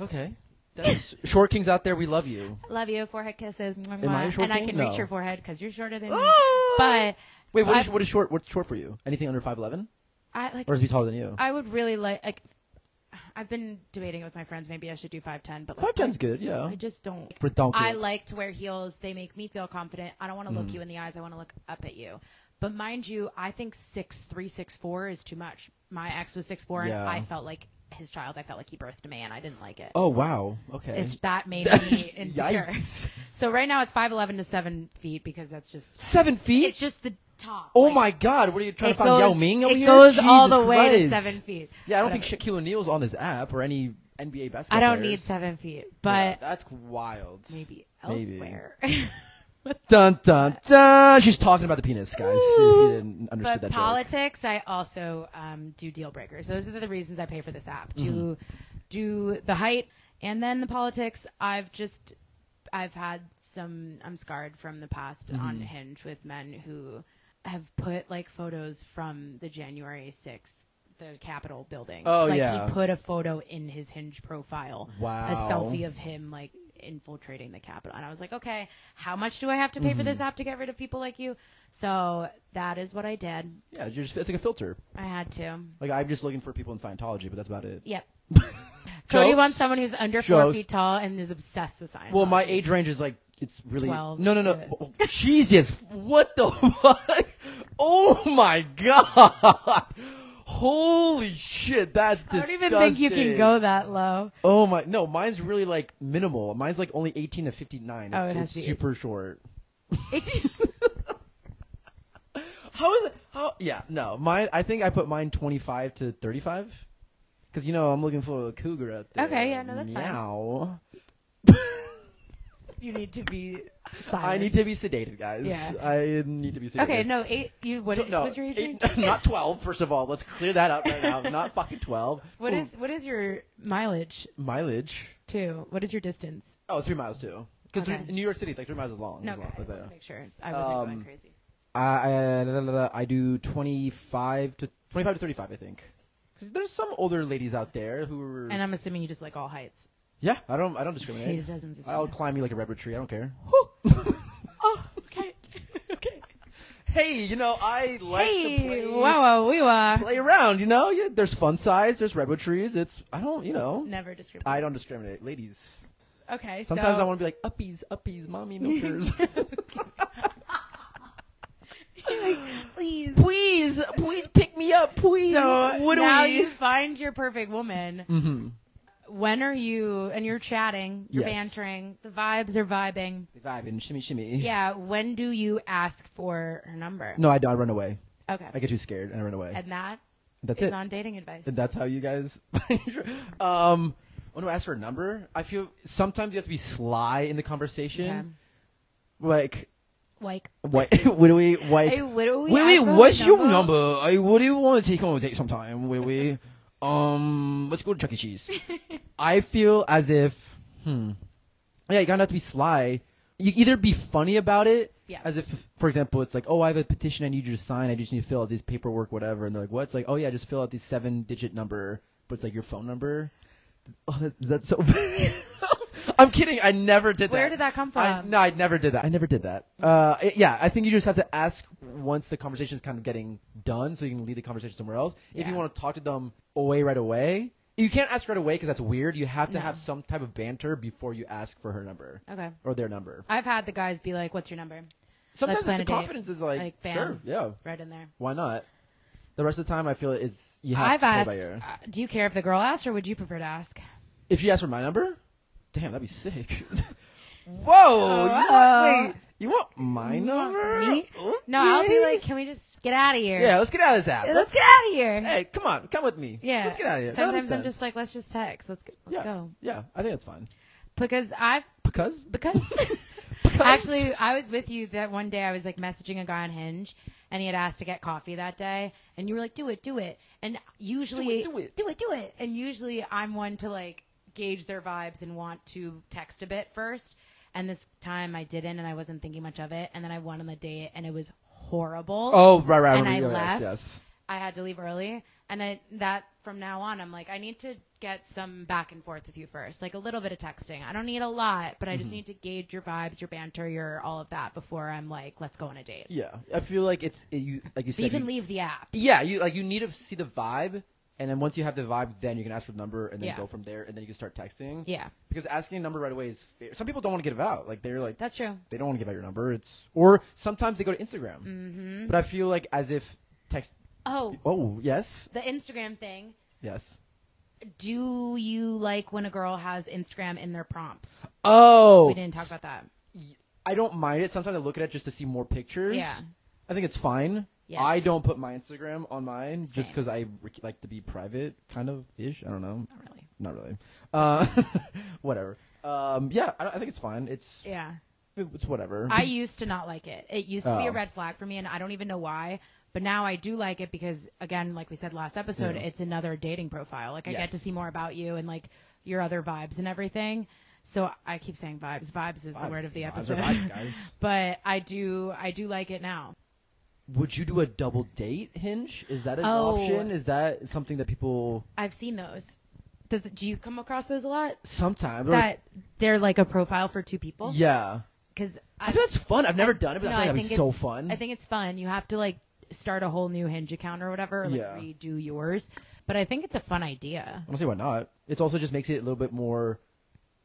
Speaker 2: Okay. That's short kings out there, we love you.
Speaker 1: Love you, forehead kisses. mwah,
Speaker 2: Am I a
Speaker 1: mwah.
Speaker 2: short
Speaker 1: and I
Speaker 2: king?
Speaker 1: can
Speaker 2: No.
Speaker 1: reach your forehead because you're shorter than me.
Speaker 2: Ah!
Speaker 1: But
Speaker 2: Wait, what
Speaker 1: I-
Speaker 2: is, what is short? What's short for you? Anything under five eleven,
Speaker 1: I like
Speaker 2: or is he taller than you?
Speaker 1: I would really like like I've been debating it with my friends. Maybe I should do 5'10, but like,
Speaker 2: Five ten's good, yeah.
Speaker 1: I just don't.
Speaker 2: Ridiculous.
Speaker 1: I like to wear heels. They make me feel confident. I don't want to
Speaker 2: Mm.
Speaker 1: look you in the eyes. I want to look up at you. But mind you, I think six three, six four is too much. My ex was six four,
Speaker 2: Yeah.
Speaker 1: and I felt like his child. I felt like he birthed a man. I didn't like it.
Speaker 2: Oh wow. Okay.
Speaker 1: It's that
Speaker 2: <laughs>
Speaker 1: made me insecure.
Speaker 2: Yikes.
Speaker 1: So right now it's five eleven to seven feet because that's just
Speaker 2: Seven feet.
Speaker 1: it's just the top.
Speaker 2: oh
Speaker 1: Like,
Speaker 2: my God! What are you trying
Speaker 1: it
Speaker 2: to find
Speaker 1: goes-
Speaker 2: Yao Ming over
Speaker 1: it
Speaker 2: here?
Speaker 1: goes all
Speaker 2: Jesus
Speaker 1: the way to
Speaker 2: Christ.
Speaker 1: seven feet.
Speaker 2: Yeah, I don't
Speaker 1: Whatever.
Speaker 2: think Shaquille O'Neal's on this app or any NBA basketball.
Speaker 1: I don't
Speaker 2: players.
Speaker 1: need seven feet,
Speaker 2: Yeah,
Speaker 1: but
Speaker 2: that's wild.
Speaker 1: maybe
Speaker 2: Maybe.
Speaker 1: elsewhere. <laughs>
Speaker 2: Dun dun dun. She's talking about the penis, guys. If you didn't understand
Speaker 1: but
Speaker 2: that joke.
Speaker 1: politics, I also um, do deal breakers. Those are the reasons I pay for this app. To
Speaker 2: Mm-hmm.
Speaker 1: do the height and then the politics. I've just I've had some. I'm scarred from the past
Speaker 2: Mm-hmm.
Speaker 1: on Hinge with men who have put like photos from the January sixth the Capitol building.
Speaker 2: Oh,
Speaker 1: like,
Speaker 2: yeah. Mm-hmm.
Speaker 1: he put a photo in his Hinge profile.
Speaker 2: Wow.
Speaker 1: a selfie of him like infiltrating the Capitol, and I was like, okay, how much do I have to pay for this
Speaker 2: Mm-hmm.
Speaker 1: app to get rid of people like you? So that is what I did.
Speaker 2: Yeah, you're just, it's like a filter.
Speaker 1: I had to.
Speaker 2: Like I'm just looking for people in Scientology, but that's about it. <laughs>
Speaker 1: Yep. Cody
Speaker 2: Jokes?
Speaker 1: wants someone who's under four
Speaker 2: Jokes.
Speaker 1: feet tall and is obsessed with science.
Speaker 2: Well, my age range is like it's really
Speaker 1: 12
Speaker 2: no, no, no.
Speaker 1: to-
Speaker 2: Oh, Jesus, what the <laughs> fuck? Oh my god! <laughs> Holy shit, that's
Speaker 1: I don't
Speaker 2: disgusting.
Speaker 1: even think you can go that low.
Speaker 2: Oh my, no, mine's really like minimal. Mine's like only eighteen to fifty nine.
Speaker 1: Oh,
Speaker 2: It's,
Speaker 1: it has
Speaker 2: it's
Speaker 1: to be
Speaker 2: super short.
Speaker 1: It- <laughs>
Speaker 2: How is it? How? Yeah, no, mine. I think I put mine twenty five to thirty five. Because you know I'm looking for a cougar out there.
Speaker 1: Okay, yeah, no, that's fine. <laughs>
Speaker 2: Meow.
Speaker 1: you need to be silent.
Speaker 2: I need to be sedated, guys.
Speaker 1: Yeah.
Speaker 2: I need to be sedated.
Speaker 1: Okay, no, eight. You what
Speaker 2: So-
Speaker 1: is-
Speaker 2: no,
Speaker 1: was your age?
Speaker 2: <laughs> eight-
Speaker 1: range?
Speaker 2: not 12, first of all. Let's clear that up
Speaker 1: <laughs>
Speaker 2: right now. Not fucking 12.
Speaker 1: What
Speaker 2: Ooh,
Speaker 1: is what is your mileage
Speaker 2: mileage?
Speaker 1: too? What is your distance?
Speaker 2: Oh, three miles, too. Because
Speaker 1: Okay.
Speaker 2: in New York City, like three miles is long.
Speaker 1: No,
Speaker 2: is long,
Speaker 1: okay, I
Speaker 2: is
Speaker 1: just
Speaker 2: that-
Speaker 1: wanted to make sure I wasn't going
Speaker 2: Um,
Speaker 1: crazy.
Speaker 2: I, I, uh, da- da- da- da- I do 25 to 25 to 35, I think. 'Cause there's some older ladies out there who are.
Speaker 1: And I'm assuming you just like all heights.
Speaker 2: yeah, I don't, I don't discriminate.
Speaker 1: He just doesn't
Speaker 2: I'll
Speaker 1: discriminate.
Speaker 2: climb you like a redwood tree. I don't care.
Speaker 1: Oh, okay, okay.
Speaker 2: <laughs> Hey, you know I <laughs> like to
Speaker 1: Hey,
Speaker 2: play,
Speaker 1: wow, we were
Speaker 2: play around. You know, yeah. There's fun size. There's redwood trees. It's I don't, you know,
Speaker 1: never discriminate.
Speaker 2: I don't discriminate, ladies.
Speaker 1: Okay,
Speaker 2: Sometimes
Speaker 1: so <laughs>
Speaker 2: I want to be like uppies, uppies, mommy milkers.
Speaker 1: please.
Speaker 2: please, please pick me up, please.
Speaker 1: So
Speaker 2: what do
Speaker 1: now
Speaker 2: we?
Speaker 1: you find your perfect woman.
Speaker 2: mm-hmm.
Speaker 1: When are you? And you're chatting, you're
Speaker 2: Yes.
Speaker 1: bantering, the vibes are vibing.
Speaker 2: Vibing, shimmy, shimmy.
Speaker 1: Yeah. When do you ask for her number?
Speaker 2: No, I, I run away.
Speaker 1: Okay.
Speaker 2: I get too scared and I run away.
Speaker 1: And that
Speaker 2: That's
Speaker 1: is
Speaker 2: it.
Speaker 1: on dating advice.
Speaker 2: And that's how you guys. <laughs> um, when do I ask for a number? I feel sometimes you have to be sly in the conversation. Like,
Speaker 1: Like,
Speaker 2: <laughs> what? what do we? Like,
Speaker 1: hey, what do we
Speaker 2: Wait, wait,
Speaker 1: ask for
Speaker 2: what's
Speaker 1: the
Speaker 2: your number? I, what do you want to take on a date sometime? Wait, wait. Um, let's go to Chuck
Speaker 1: <laughs>
Speaker 2: E. Cheese. I feel as if, hmm. Yeah, you kind of have to be sly. You either be funny about it,
Speaker 1: Yeah.
Speaker 2: as if, for example, it's like, oh, I have a petition I need you to sign. I just need to fill out this paperwork, whatever. And they're like, what? It's like, oh, yeah, just fill out this seven digit number, but it's like your phone number. Oh, that, that's so <laughs> bad. I'm kidding. I never did that.
Speaker 1: Where did that come
Speaker 2: I-
Speaker 1: from?
Speaker 2: no, I never did that. I never did that. Uh, I- yeah, I think you just have to ask once the conversation is kind of getting done, so you can lead the conversation somewhere else. If you
Speaker 1: Yeah.
Speaker 2: want to talk to them away right away, you can't ask right away because that's weird. You have to
Speaker 1: No.
Speaker 2: have some type of banter before you ask for her number
Speaker 1: Okay.
Speaker 2: or their number.
Speaker 1: I've had the guys be like, "What's your number?"
Speaker 2: Sometimes
Speaker 1: plan
Speaker 2: the
Speaker 1: a date.
Speaker 2: confidence is like,
Speaker 1: Like, bam.
Speaker 2: sure, yeah,
Speaker 1: Right in there.
Speaker 2: why not? The rest of the time, I feel it's you have
Speaker 1: I've
Speaker 2: to play by
Speaker 1: asked,
Speaker 2: ear.
Speaker 1: uh, "Do you care if the girl asks, or would you prefer to ask?"
Speaker 2: If you ask for my number, damn, that'd be sick. <laughs> Whoa! you want, wait, you want my number?
Speaker 1: Uh, Me? No, I'll be
Speaker 2: Okay.
Speaker 1: like, "Can we just get out of here?"
Speaker 2: Yeah, let's get out of this app.
Speaker 1: let's,
Speaker 2: Let's,
Speaker 1: get out of here.
Speaker 2: hey, come on, come with me.
Speaker 1: yeah,
Speaker 2: let's get out of here. That
Speaker 1: Sometimes
Speaker 2: makes
Speaker 1: I'm
Speaker 2: sense.
Speaker 1: just like, "Let's just text. Let's, go- let's
Speaker 2: yeah,
Speaker 1: go."
Speaker 2: yeah. I think that's fine
Speaker 1: Because I've
Speaker 2: because,
Speaker 1: <laughs> because.
Speaker 2: because
Speaker 1: Actually, I was with you that one day. I was like messaging a guy on Hinge, and he had asked to get coffee that day, and you were like, "Do it, do it." And usually,
Speaker 2: Do it,
Speaker 1: do it, do it. And usually, I'm one to like gauge their vibes and want to text a bit first. And this time, I didn't, and I wasn't thinking much of it. And then I went on the date, and it was horrible.
Speaker 2: Oh, right, right.
Speaker 1: And
Speaker 2: right,
Speaker 1: I
Speaker 2: yes,
Speaker 1: left.
Speaker 2: Yes.
Speaker 1: I had to leave early, and I, that from now on, I'm like, I need to get some back and forth with you first, like a little bit of texting. I don't need a lot, but I
Speaker 2: Mm-hmm.
Speaker 1: just need to gauge your vibes, your banter, your all of that before I'm like, let's go on a date.
Speaker 2: Yeah, I feel like it's it, you, like you
Speaker 1: So
Speaker 2: said.
Speaker 1: you can
Speaker 2: you-
Speaker 1: leave the app.
Speaker 2: Yeah, you like you need to see the vibe, and then once you have the vibe, then you can ask for the number, and then
Speaker 1: Yeah.
Speaker 2: go from there, and then you can start texting.
Speaker 1: Yeah,
Speaker 2: Because asking a number right away is fair. some people don't want to give it out. Like they're like
Speaker 1: that's true.
Speaker 2: they don't want to give out your number. It's or sometimes they go to Instagram. Mm-hmm. But I feel like as if text.
Speaker 1: Oh,
Speaker 2: Oh yes,
Speaker 1: the Instagram thing.
Speaker 2: yes.
Speaker 1: Do you like when a girl has Instagram in their prompts?
Speaker 2: Oh,
Speaker 1: We didn't talk about that.
Speaker 2: I don't mind it. Sometimes I look at it just to see more pictures.
Speaker 1: Yeah.
Speaker 2: I think it's fine.
Speaker 1: Yes.
Speaker 2: I don't put my Instagram on mine just
Speaker 1: Same.
Speaker 2: because I re- like to be private, kind of ish. I don't know.
Speaker 1: Not really.
Speaker 2: Not really. Uh, <laughs> whatever. Um, yeah, I, don't- I think it's fine. It's
Speaker 1: Yeah.
Speaker 2: it's whatever.
Speaker 1: I used to not like it. It used to be a
Speaker 2: Oh.
Speaker 1: red flag for me, and I don't even know why. But now I do like it because, again, like we said last episode,
Speaker 2: Yeah.
Speaker 1: it's another dating profile. Like I
Speaker 2: Yes.
Speaker 1: get to see more about you and like your other vibes and everything. So I keep saying vibes. Vibes is the <laughs>
Speaker 2: Vibes.
Speaker 1: word of the
Speaker 2: Vibes are
Speaker 1: episode.
Speaker 2: vibes, guys.
Speaker 1: but I do, I do like it now.
Speaker 2: Would you do a double date hinge? Is that an
Speaker 1: Oh.
Speaker 2: option? Is that something that people
Speaker 1: I've seen those. Does do you come across those a lot?
Speaker 2: sometimes? or-
Speaker 1: That they're like a profile for two people.
Speaker 2: yeah,
Speaker 1: Because
Speaker 2: I think that's fun. I've never done it, but
Speaker 1: no,
Speaker 2: I
Speaker 1: I
Speaker 2: think that'd be
Speaker 1: think
Speaker 2: so
Speaker 1: it's-
Speaker 2: fun.
Speaker 1: I think it's fun. You have to like start a whole new Hinge account or whatever, or, like
Speaker 2: Yeah.
Speaker 1: redo yours. But I think it's a fun idea.
Speaker 2: I don't see why not. It's also just makes it a little bit more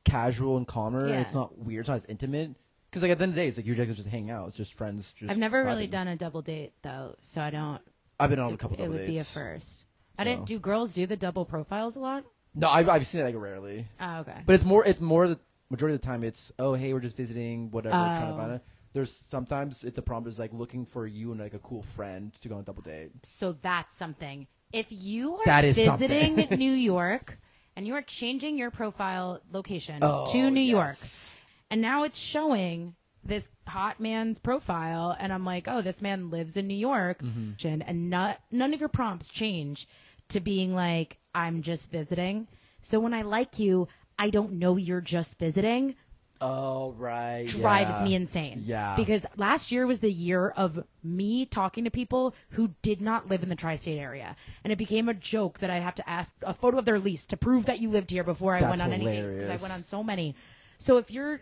Speaker 2: casual and calmer.
Speaker 1: Yeah.
Speaker 2: And it's not weird. It's not as intimate. Because like at the end of the day, it's like you guys are just hanging out. It's just friends. Just
Speaker 1: I've never really
Speaker 2: vibing.
Speaker 1: done a double date though, so I don't.
Speaker 2: I've been on a
Speaker 1: it-
Speaker 2: couple
Speaker 1: It
Speaker 2: double
Speaker 1: would be a
Speaker 2: dates.
Speaker 1: first. I didn't.
Speaker 2: so.
Speaker 1: Do girls do the double profiles a lot?
Speaker 2: No, I've, I've seen it like rarely.
Speaker 1: Oh, okay.
Speaker 2: But it's more. It's more the majority of the time. It's oh hey, we're just visiting. Whatever, trying to
Speaker 1: Oh.
Speaker 2: find it. There's sometimes it, the problem is like looking for you and like a cool friend to go on a double date.
Speaker 1: so that's something. If you are
Speaker 2: That is
Speaker 1: visiting <laughs>
Speaker 2: something.
Speaker 1: New York and you are changing your profile location
Speaker 2: <laughs> Oh,
Speaker 1: to New York,
Speaker 2: yes.
Speaker 1: and now it's showing this hot man's profile, and I'm like, oh, this man lives in New York, and not, none of your prompts change to being like, I'm just visiting. So when I like you, I don't know you're just visiting
Speaker 2: Oh right,
Speaker 1: drives
Speaker 2: yeah.
Speaker 1: me insane.
Speaker 2: Yeah.
Speaker 1: Because last year was the year of me talking to people who did not live in the tri state area. And it became a joke that I'd have to ask a photo of their lease to prove that you lived here before I
Speaker 2: That's
Speaker 1: went on any dates because
Speaker 2: hilarious.
Speaker 1: I went on so many. So if you're,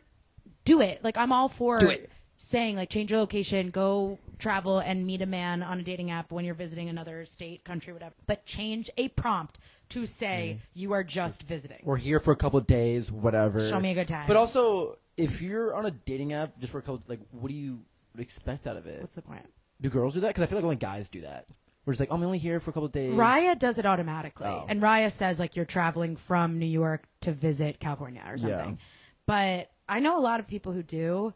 Speaker 1: do it. Like, I'm all for
Speaker 2: Do it.
Speaker 1: saying, like, change your location, go travel and meet a man on a dating app when you're visiting another state, country, whatever. But change a prompt to say
Speaker 2: Mm-hmm.
Speaker 1: you are just visiting.
Speaker 2: We're here for a couple of days, whatever.
Speaker 1: Show me a good time.
Speaker 2: But also, if you're on a dating app just for a couple, like, what do you expect out of it?
Speaker 1: What's the point?
Speaker 2: Do girls do that? Because I feel like only guys do that. We're just like, "Oh, I'm only here for a couple of days.
Speaker 1: Raya does it automatically.
Speaker 2: Oh.
Speaker 1: And Raya says like you're traveling from New York to visit California or something. But I know a lot of people who do.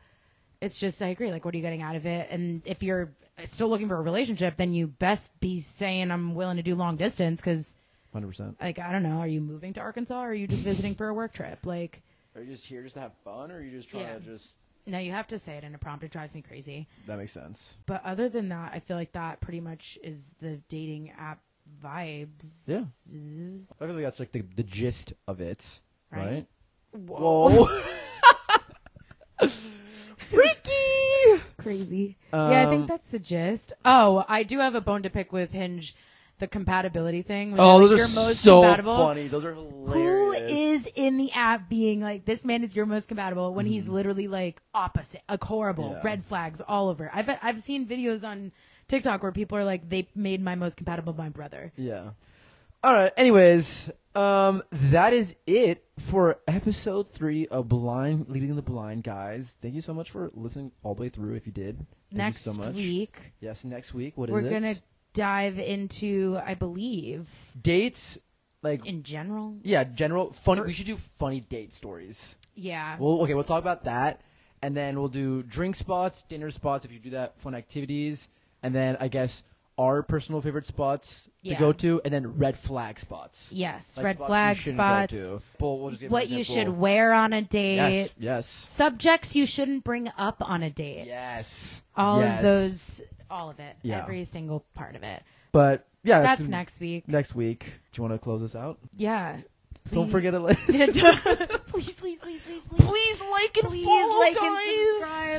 Speaker 1: It's just I agree like what are you getting out of it? And if you're still looking for a relationship, then you best be saying I'm willing to do long distance cuz
Speaker 2: 100. percent
Speaker 1: like I don't know, are you moving to Arkansas or are
Speaker 2: <laughs>
Speaker 1: you just visiting for a work trip? Like
Speaker 2: Are you just here just to have fun, or are you just
Speaker 1: trying Yeah. to
Speaker 2: just?
Speaker 1: no, you have to say it in a prompt. It drives me crazy.
Speaker 2: That makes sense.
Speaker 1: But other than that, I feel like that pretty much is the dating app vibes.
Speaker 2: Yeah. I feel like that's like the, the gist of it,
Speaker 1: Right.
Speaker 2: right? Whoa.
Speaker 1: <laughs>
Speaker 2: Freaky.
Speaker 1: crazy. yeah, I
Speaker 2: Um,
Speaker 1: think that's the gist. Oh, I do have a bone to pick with Hinge, the compatibility thing. where
Speaker 2: Oh,
Speaker 1: they're
Speaker 2: those
Speaker 1: like,
Speaker 2: are
Speaker 1: "You're most
Speaker 2: so
Speaker 1: compatible."
Speaker 2: funny. Those are
Speaker 1: Who
Speaker 2: hilarious.
Speaker 1: is in the app being like, this man is your most compatible when he's literally like opposite, like horrible,
Speaker 2: Mm-hmm. Yeah.
Speaker 1: red flags all over. I've I've seen videos on TikTok where people are like, they made my most compatible my brother.
Speaker 2: Yeah. All right. Anyways, um, that is it for episode three of Blind Leading the Blind, guys. Thank you so much for listening all the way through. If you did, Thank you
Speaker 1: Next
Speaker 2: so much.
Speaker 1: week,
Speaker 2: Yes, next week. What is
Speaker 1: we're
Speaker 2: it?
Speaker 1: gonna dive into, I believe,
Speaker 2: dates like
Speaker 1: in general.
Speaker 2: yeah, general funny. We should do funny date stories.
Speaker 1: Yeah.
Speaker 2: Well, okay, we'll talk about that, and then we'll do drink spots, dinner spots. If you do that, fun activities, and then I guess our personal favorite spots
Speaker 1: Yeah.
Speaker 2: to go to, and then red flag spots.
Speaker 1: yes.
Speaker 2: Like
Speaker 1: red
Speaker 2: spots you
Speaker 1: flag
Speaker 2: shouldn't
Speaker 1: spots.
Speaker 2: Go to. But we'll just give an
Speaker 1: what you should
Speaker 2: example.
Speaker 1: wear on a date,
Speaker 2: Yes. Yes.
Speaker 1: subjects you shouldn't bring up on a date.
Speaker 2: Yes.
Speaker 1: All
Speaker 2: Yes.
Speaker 1: of those, all of it,
Speaker 2: Yeah.
Speaker 1: every single part of it.
Speaker 2: But yeah,
Speaker 1: That's
Speaker 2: it's-
Speaker 1: next week.
Speaker 2: Next week. Do you want to close this out?
Speaker 1: Yeah.
Speaker 2: Don't
Speaker 1: Please.
Speaker 2: forget to <laughs>
Speaker 1: <laughs>
Speaker 2: like.
Speaker 1: please, please, please, please, please,
Speaker 2: Please like and
Speaker 1: please
Speaker 2: follow,
Speaker 1: like
Speaker 2: guys.
Speaker 1: and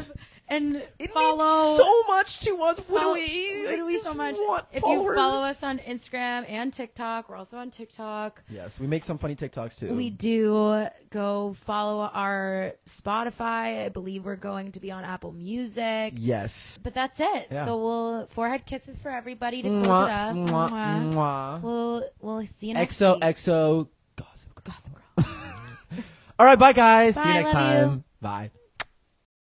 Speaker 1: subscribe and
Speaker 2: It
Speaker 1: follow.
Speaker 2: means so much to us. What
Speaker 1: follow-
Speaker 2: do we?
Speaker 1: what do
Speaker 2: I
Speaker 1: we
Speaker 2: just
Speaker 1: so much?
Speaker 2: want
Speaker 1: If you
Speaker 2: followers.
Speaker 1: follow us on Instagram and TikTok, we're also on TikTok.
Speaker 2: Yes, we make some funny TikToks too.
Speaker 1: We do go follow our Spotify. I believe we're going to be on Apple Music.
Speaker 2: Yes.
Speaker 1: But that's it.
Speaker 2: Yeah.
Speaker 1: So we'll forehead kisses for everybody to close it
Speaker 2: Mwah,
Speaker 1: up.
Speaker 2: mwah,
Speaker 1: Mwah.
Speaker 2: mwah.
Speaker 1: We'll we'll see you next
Speaker 2: XO
Speaker 1: week.
Speaker 2: XO. Gossip Girl.
Speaker 1: Gossip Girl.
Speaker 2: All right, bye guys. See
Speaker 1: Bye,
Speaker 2: you next
Speaker 1: love you.
Speaker 2: time. Bye.